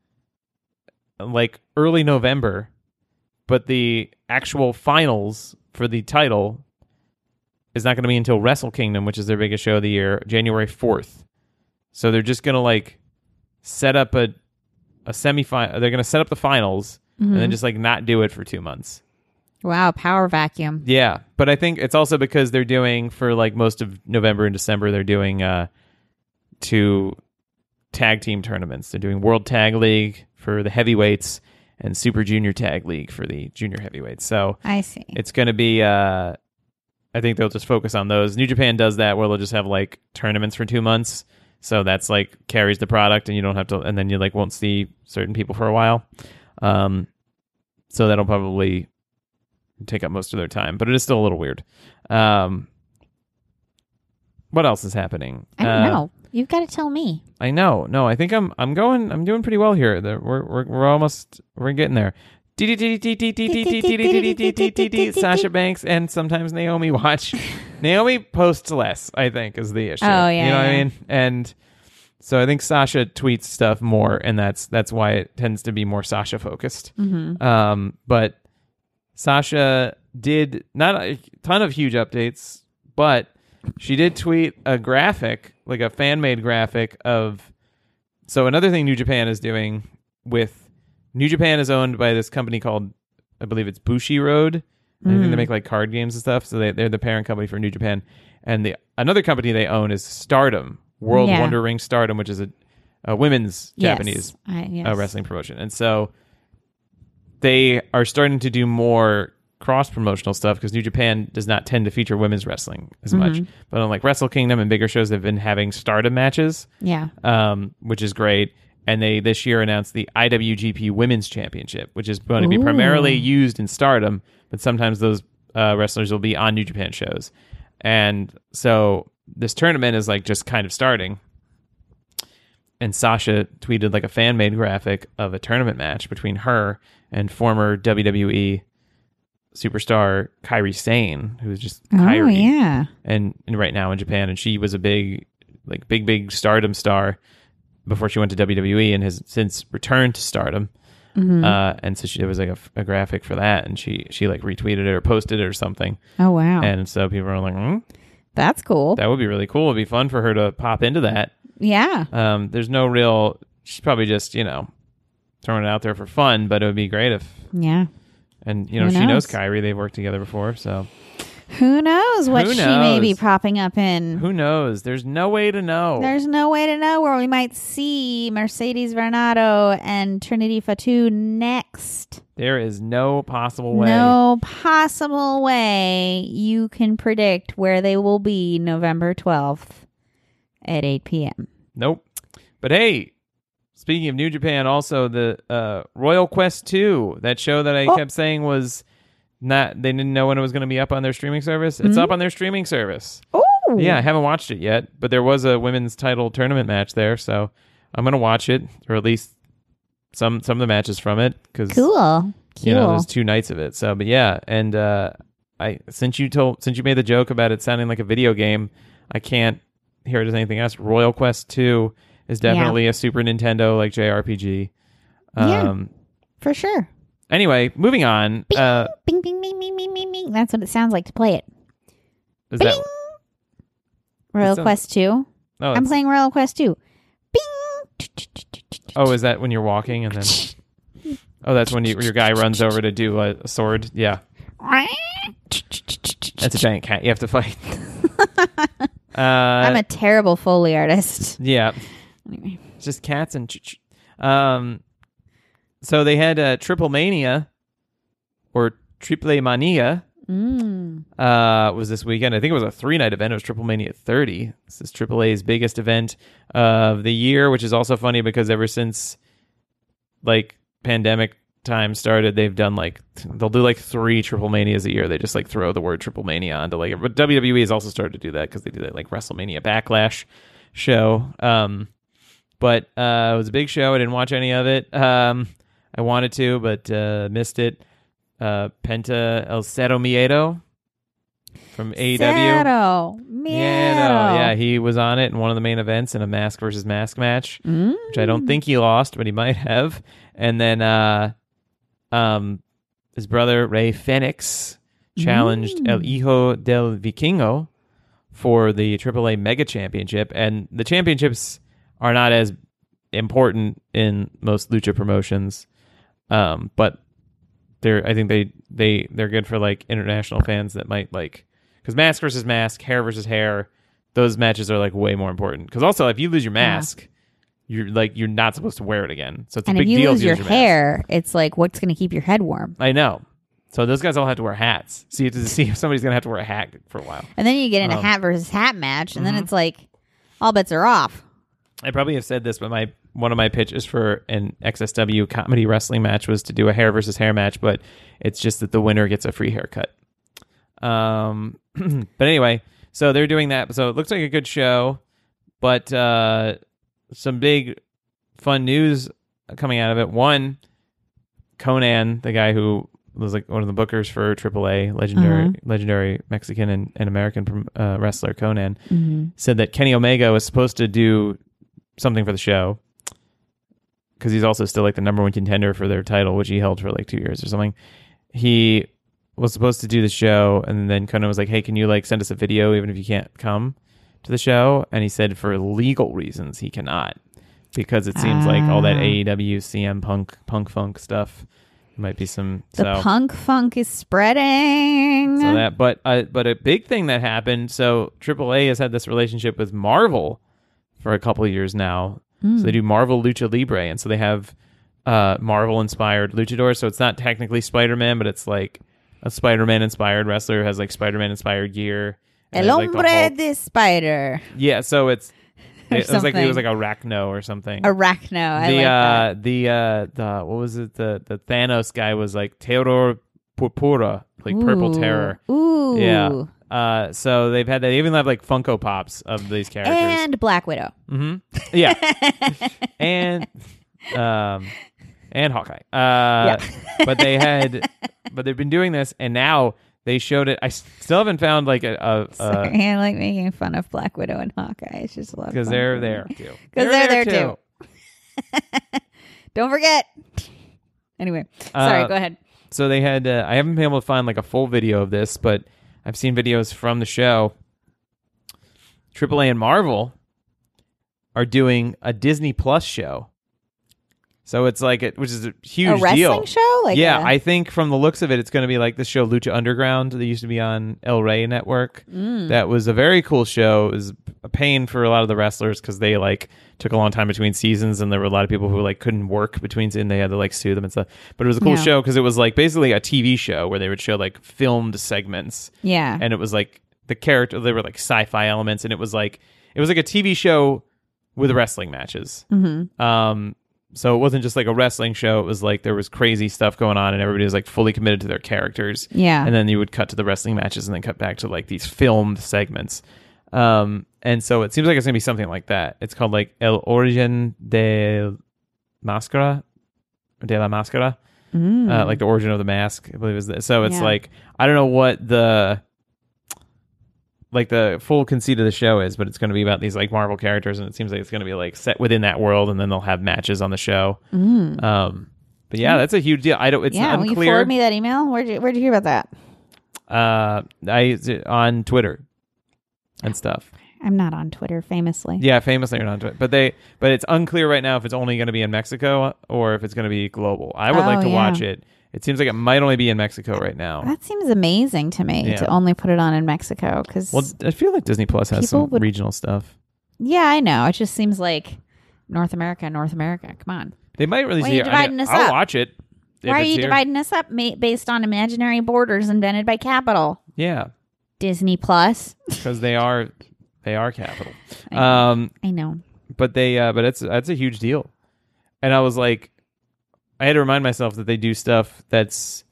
Speaker 2: like early November, but the actual finals for the title is not going to be until Wrestle Kingdom, which is their biggest show of the year, January 4th. So they're just going to like set up a a semifinal. They're going to set up the finals and then just like not do it for two months.
Speaker 3: Wow, power vacuum.
Speaker 2: Yeah, but I think it's also because they're doing for like most of November and December they're doing uh two tag team tournaments. They're doing World Tag League for the heavyweights and Super Junior Tag League for the junior heavyweights. So
Speaker 3: I see.
Speaker 2: it's going to be uh I think they'll just focus on those. New Japan does that where they'll just have like tournaments for 2 months. So that's like carries the product and you don't have to and then you like won't see certain people for a while. Um so that'll probably take up most of their time, but it is still a little weird. Um, what else is happening?
Speaker 3: I don't
Speaker 2: Uh,
Speaker 3: know. You've got to tell me.
Speaker 2: I know. No, I think I'm. I'm going. I'm doing pretty well here. The- We're we're, we're almost. We're getting there. Sasha Banks and sometimes Naomi watch. Naomi posts less, I think, is the issue.
Speaker 3: Oh, yeah,
Speaker 2: you know what I
Speaker 3: yeah.
Speaker 2: mean. And so I think Sasha tweets stuff more, and that's that's why it tends to be more Sasha focused.
Speaker 3: Mm-hmm.
Speaker 2: Um, but Sasha did not a ton of huge updates, but she did tweet a graphic, like a fan made graphic of. So another thing New Japan is doing with New Japan is owned by this company called I believe it's Bushi Road. And I
Speaker 3: Mm.
Speaker 2: think they make like card games and stuff. So they they're the parent company for New Japan, and the another company they own is Stardom World
Speaker 3: Yeah.
Speaker 2: Wonder Ring Stardom, which is a, a women's Japanese
Speaker 3: Yes. I, yes.
Speaker 2: uh, wrestling promotion. And so they are starting to do more cross promotional stuff because New Japan does not tend to feature women's wrestling as much.
Speaker 3: Mm-hmm.
Speaker 2: But unlike Wrestle Kingdom and bigger shows, they've been having stardom matches,
Speaker 3: Yeah.
Speaker 2: um, which is great. And they this year announced the IWGP Women's Championship, which is going to be primarily used in stardom, but sometimes those uh, wrestlers will be on New Japan shows. And so this tournament is like just kind of starting and Sasha tweeted like a fan made graphic of a tournament match between her and former WWE superstar Kairi Sane, who was just Kairi,
Speaker 3: Oh yeah.
Speaker 2: and, and right now in Japan, and she was a big, like big big stardom star before she went to WWE and has since returned to stardom.
Speaker 3: Mm-hmm.
Speaker 2: Uh, and so she, there was like a, a graphic for that, and she she like retweeted it or posted it or something,
Speaker 3: Oh wow.
Speaker 2: and so people were like, hmm,
Speaker 3: That's cool.
Speaker 2: "That would be really cool. It'd be fun for her to pop into that."
Speaker 3: yeah.
Speaker 2: Um, there's no real. She's probably just you know throwing it out there for fun, but it would be great if.
Speaker 3: Yeah.
Speaker 2: And you know
Speaker 3: Who
Speaker 2: she knows
Speaker 3: knows?
Speaker 2: Kyrie. They've worked together before, so
Speaker 3: Who knows what
Speaker 2: Who
Speaker 3: she may be
Speaker 2: knows?
Speaker 3: popping up in?
Speaker 2: who knows? There's no way to know.
Speaker 3: There's no way to know where we might see Mercedes Vernado and Trinity Fatu next.
Speaker 2: there is no possible way.
Speaker 3: No possible way you can predict where they will be November 12th at 8 p.m.
Speaker 2: Nope. But hey, speaking of New Japan, also the uh, Royal Quest Two, that show that I
Speaker 3: Oh.
Speaker 2: kept saying was not. They didn't know when it was going to be up on their streaming service. It's up on their streaming service.
Speaker 3: Mm-hmm. Oh,
Speaker 2: Yeah, I haven't watched it yet, but there was a women's title tournament match there, so I'm gonna watch it, or at least some some of the matches from it, because
Speaker 3: Cool. Cool.
Speaker 2: you know there's two nights of it. So, but yeah, and uh, I since you told since you made the joke about it sounding like a video game, I can't hear it as anything else. Royal Quest Two is
Speaker 3: Yeah.
Speaker 2: definitely a Super Nintendo like JRPG.
Speaker 3: Yeah.
Speaker 2: Um,
Speaker 3: For sure.
Speaker 2: Anyway, moving on. Uh,
Speaker 3: Bing, bing, bing, bing, bing, bing, bing. That's what it sounds like to play it.
Speaker 2: is
Speaker 3: Bing!
Speaker 2: that?
Speaker 3: Royal
Speaker 2: sounds-
Speaker 3: Quest 2.
Speaker 2: Oh,
Speaker 3: I'm
Speaker 2: it's-
Speaker 3: playing Royal Quest 2. Bing!
Speaker 2: Oh, is that when you're walking and then? Oh, that's when you, your guy runs over to do a, a sword. Yeah, that's a giant cat. You have to fight. uh,
Speaker 3: I'm a terrible Foley artist.
Speaker 2: yeah,
Speaker 3: Anyway.
Speaker 2: it's just cats and. ch- ch- Um, so they had uh, Triple Mania, or Triple Mania,
Speaker 3: Mm.
Speaker 2: uh, was this weekend. I think it was a three night event. It was Triple Mania 30. This is Triple A's biggest event of the year, which is also funny because ever since like pandemic time started, they've done like th- they'll do like three Triple Manias a year. They just like throw the word Triple Mania onto like. But WWE has also started to do that because they do that like WrestleMania Backlash show. Um, but uh, it was a big show. I didn't watch any of it. Um, I wanted to, but uh, missed it. Uh, Penta El Cerro Miedo from E AEW.
Speaker 3: Zero.
Speaker 2: Yeah, no, yeah,
Speaker 3: Miedo.
Speaker 2: he was on it in one of the main events in a mask versus mask match,
Speaker 3: Mm.
Speaker 2: which I don't think he lost, but he might have. And then, uh, um, his brother Ray Fenix challenged El Hijo del Vikingo for the AAA Mega Championship, and the championships are not as important in most lucha promotions, um, but they're I think they they they're good for like international fans that might like because mask versus mask, hair versus hair, those matches are like way more important. Because also, if you lose your mask, you're like you're not supposed to wear it again. So it's
Speaker 3: and
Speaker 2: a
Speaker 3: if
Speaker 2: big
Speaker 3: you
Speaker 2: deal.
Speaker 3: lose
Speaker 2: to
Speaker 3: your
Speaker 2: lose mask.
Speaker 3: hair, it's like what's going to keep your head warm?
Speaker 2: I know. So those guys all have to wear hats. So you have to see if somebody's gonna have to wear a hat for a while.
Speaker 3: And then you get in a
Speaker 2: Um, mm-hmm.
Speaker 3: hat versus hat match, and then it's like all bets are off.
Speaker 2: I probably have said this, but my one of my pitches for an XSW comedy wrestling match was to do a hair versus hair match, but it's just that the winner gets a free haircut. Um, but anyway, so they're doing that. So it looks like a good show, but uh, some big fun news coming out of it. One, Conan, the guy who was like one of the bookers for AAA, legendary, legendary Mexican and, and American uh, wrestler Conan, said that Kenny Omega was supposed to do something for the show because he's also still like the number one contender for their title, which he held for like two years or something. He was supposed to do the show, and then Conan was like, "Hey, can you like send us a video even if you can't come to the show?" And he said for legal reasons he cannot because it seems like all that E
Speaker 3: Ah.
Speaker 2: AEW CM Punk Punk Funk stuff might be some
Speaker 3: The
Speaker 2: so
Speaker 3: punk funk is spreading.
Speaker 2: so that but uh, but a big thing that happened so AAA has had this relationship with Marvel for a couple of years now so
Speaker 3: Hmm.
Speaker 2: they do Marvel Lucha Libre and so they have uh Marvel inspired luchadors so it's not technically Spider-Man but it's like a Spider-Man inspired wrestler who has like Spider-Man inspired gear and
Speaker 3: El
Speaker 2: there's, like, the
Speaker 3: hombre
Speaker 2: Hulk.
Speaker 3: de spider.
Speaker 2: yeah so it's
Speaker 3: Or
Speaker 2: it was like it was like
Speaker 3: something.
Speaker 2: Arachno or something
Speaker 3: Arachno. I
Speaker 2: the
Speaker 3: like that.
Speaker 2: uh the uh the what was it the the Thanos guy was like Theodore Purpura like Purple
Speaker 3: Ooh.
Speaker 2: Terror
Speaker 3: Ooh.
Speaker 2: yeah. Uh, so they've had that. They even have like Funko Pops of these characters.
Speaker 3: And Black Widow.
Speaker 2: mm-hmm. Yeah. and um, and Hawkeye. Uh, but they had, but they've been doing this, and now they showed it. I s- still haven't found like a
Speaker 3: Sorry,
Speaker 2: because
Speaker 3: I like making fun of Black Widow and Hawkeye. It's just a lot of fun
Speaker 2: they're
Speaker 3: for
Speaker 2: there
Speaker 3: me.
Speaker 2: too.
Speaker 3: 'Cause they're there, too. Don't forget. Anyway, sorry.
Speaker 2: Uh,
Speaker 3: Go ahead.
Speaker 2: So they had. Uh, I haven't been able to find like a full video of this, but I've seen videos from the show. AAA and Marvel are doing a Disney Plus show. So it's like it, which is a huge
Speaker 3: A wrestling
Speaker 2: deal.
Speaker 3: show? Like
Speaker 2: yeah,
Speaker 3: a-
Speaker 2: I think from the looks of it, it's going to be like the show Lucha Underground that used to be on El Rey Network.
Speaker 3: Mm.
Speaker 2: That was a very cool show. It was a pain for a lot of the wrestlers because they like took a long time between seasons, and there were a lot of people who like couldn't work between, and they had to like sue them and stuff. But it was a cool
Speaker 3: Yeah.
Speaker 2: show because it was like basically a TV show where they would show like filmed segments
Speaker 3: Yeah.
Speaker 2: and it was like the character they were like sci-fi elements and it was like it was like a tv show with wrestling matches mm-hmm. um so it wasn't just like a wrestling show it was like there was crazy stuff going on and everybody was like fully committed to their characters
Speaker 3: Yeah.
Speaker 2: and then you would cut to the wrestling matches and then cut back to like these filmed segments um and so it seems like it's gonna be something like that it's called like el origen de mascara de la mascara uh, like the origin of the mask. I believe is that. So it's
Speaker 3: Mm. Yeah.
Speaker 2: like I don't know what the like the full conceit of the show is, but it's going to be about these like Marvel characters, and it seems like it's going to be like set within that world, and then they'll have matches on the show. Um, but yeah, that's a huge deal. I don't. It's
Speaker 3: Mm. yeah. Will you
Speaker 2: unclear.
Speaker 3: forward me that email? Where'd you, where'd you hear about that?
Speaker 2: uh, I on Twitter and stuff.
Speaker 3: I'm not on Twitter, famously.
Speaker 2: Yeah, famously you're not Twitter, but they but it's unclear right now if it's only going to be in Mexico or if it's going to be global. I would
Speaker 3: Oh,
Speaker 2: like to
Speaker 3: yeah.
Speaker 2: watch it. It seems like it might only be in Mexico right now.
Speaker 3: That seems amazing to me
Speaker 2: Yeah.
Speaker 3: to only put it on in Mexico because,
Speaker 2: Well, I feel like Disney Plus has
Speaker 3: People
Speaker 2: some
Speaker 3: would-
Speaker 2: regional stuff.
Speaker 3: yeah, I know. It just seems like North America, North America. Come on.
Speaker 2: They might release
Speaker 3: Why
Speaker 2: it
Speaker 3: are you
Speaker 2: here. I
Speaker 3: dividing
Speaker 2: mean,
Speaker 3: us
Speaker 2: I'll
Speaker 3: up?
Speaker 2: watch it. if
Speaker 3: Why are
Speaker 2: it's
Speaker 3: you
Speaker 2: here.
Speaker 3: dividing us up ma- based on imaginary borders invented by capital?
Speaker 2: Yeah,
Speaker 3: Disney Plus.
Speaker 2: because they are they are capital. Um,
Speaker 3: I know.
Speaker 2: but they uh, but it's that's a huge deal. And I was like, I had to remind myself that they do stuff that's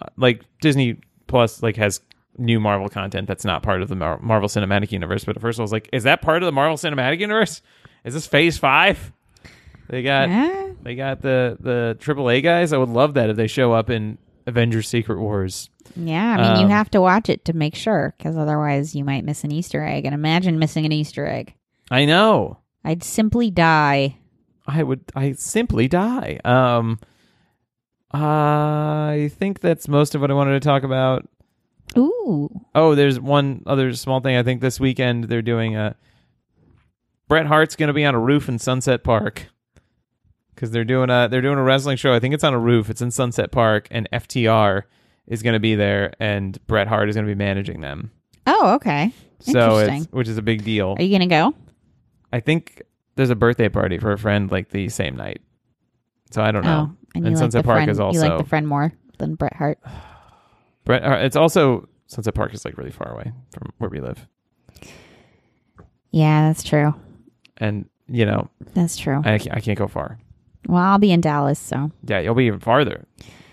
Speaker 2: uh, like Disney Plus like has new Marvel content that's not part of the Mar- Marvel Cinematic Universe. But at first I was like, is that part of the Marvel Cinematic Universe? Is this Phase Five? They got
Speaker 3: Yeah.
Speaker 2: They got the the AAA guys. I would love that if they show up in Avengers: Secret Wars.
Speaker 3: Yeah, I mean, you
Speaker 2: Um,
Speaker 3: have to watch it to make sure, because otherwise you might miss an Easter egg. And imagine missing an Easter egg.
Speaker 2: I know.
Speaker 3: I'd simply die.
Speaker 2: I would. I simply die. Um, I think that's most of what I wanted to talk about.
Speaker 3: Ooh.
Speaker 2: Oh, there's one other small thing. I think this weekend they're doing a. Bret Hart's going to be on a roof in Sunset Park because they're doing a they're doing a wrestling show. I think it's on a roof. It's in Sunset Park, and FTR is going to be there, and Bret Hart is going to be managing them.
Speaker 3: Oh, okay.
Speaker 2: So
Speaker 3: Interesting.
Speaker 2: it's which is a big deal.
Speaker 3: Are you gonna go?
Speaker 2: I think there's a birthday party for a friend like the same night. So I don't know.
Speaker 3: Oh, and,
Speaker 2: And
Speaker 3: you
Speaker 2: Sunset
Speaker 3: like the
Speaker 2: Park
Speaker 3: friend,
Speaker 2: is
Speaker 3: you like
Speaker 2: also-
Speaker 3: the friend more than Bret Hart.
Speaker 2: Bret Hart, uh, it's also Sunset Park is like really far away from where we live,
Speaker 3: Yeah, that's true.
Speaker 2: and you know
Speaker 3: That's true.
Speaker 2: I can't, I can't go far.
Speaker 3: Well, I'll be in Dallas, so
Speaker 2: Yeah, you'll be even farther.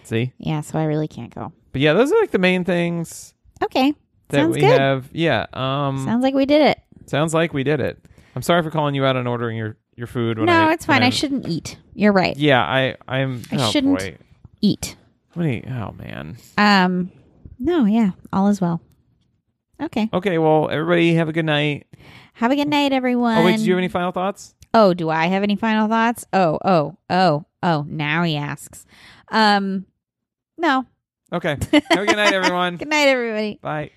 Speaker 2: See,
Speaker 3: yeah, so I really can't go.
Speaker 2: but yeah, those are like the main things
Speaker 3: Okay,
Speaker 2: that
Speaker 3: Sounds
Speaker 2: we
Speaker 3: good.
Speaker 2: have. Yeah. Um.
Speaker 3: sounds like we did it.
Speaker 2: Sounds like we did it. I'm sorry for calling you out on ordering your your food. When
Speaker 3: No,
Speaker 2: I-
Speaker 3: it's fine.
Speaker 2: when
Speaker 3: I
Speaker 2: I'm-
Speaker 3: shouldn't eat. You're right.
Speaker 2: Yeah, I I'm.
Speaker 3: I
Speaker 2: oh,
Speaker 3: shouldn't.
Speaker 2: Boy.
Speaker 3: Eat.
Speaker 2: How many- Oh man.
Speaker 3: Um, no, yeah, all is well. Okay.
Speaker 2: Okay. Well, everybody have a good night.
Speaker 3: Have a good night, everyone.
Speaker 2: Oh wait, did you have any final thoughts?
Speaker 3: Oh, do I have any final thoughts? Oh, oh, oh, oh. Now he asks. Um, no.
Speaker 2: Okay. have a good night, everyone.
Speaker 3: Good night, everybody.
Speaker 2: Bye.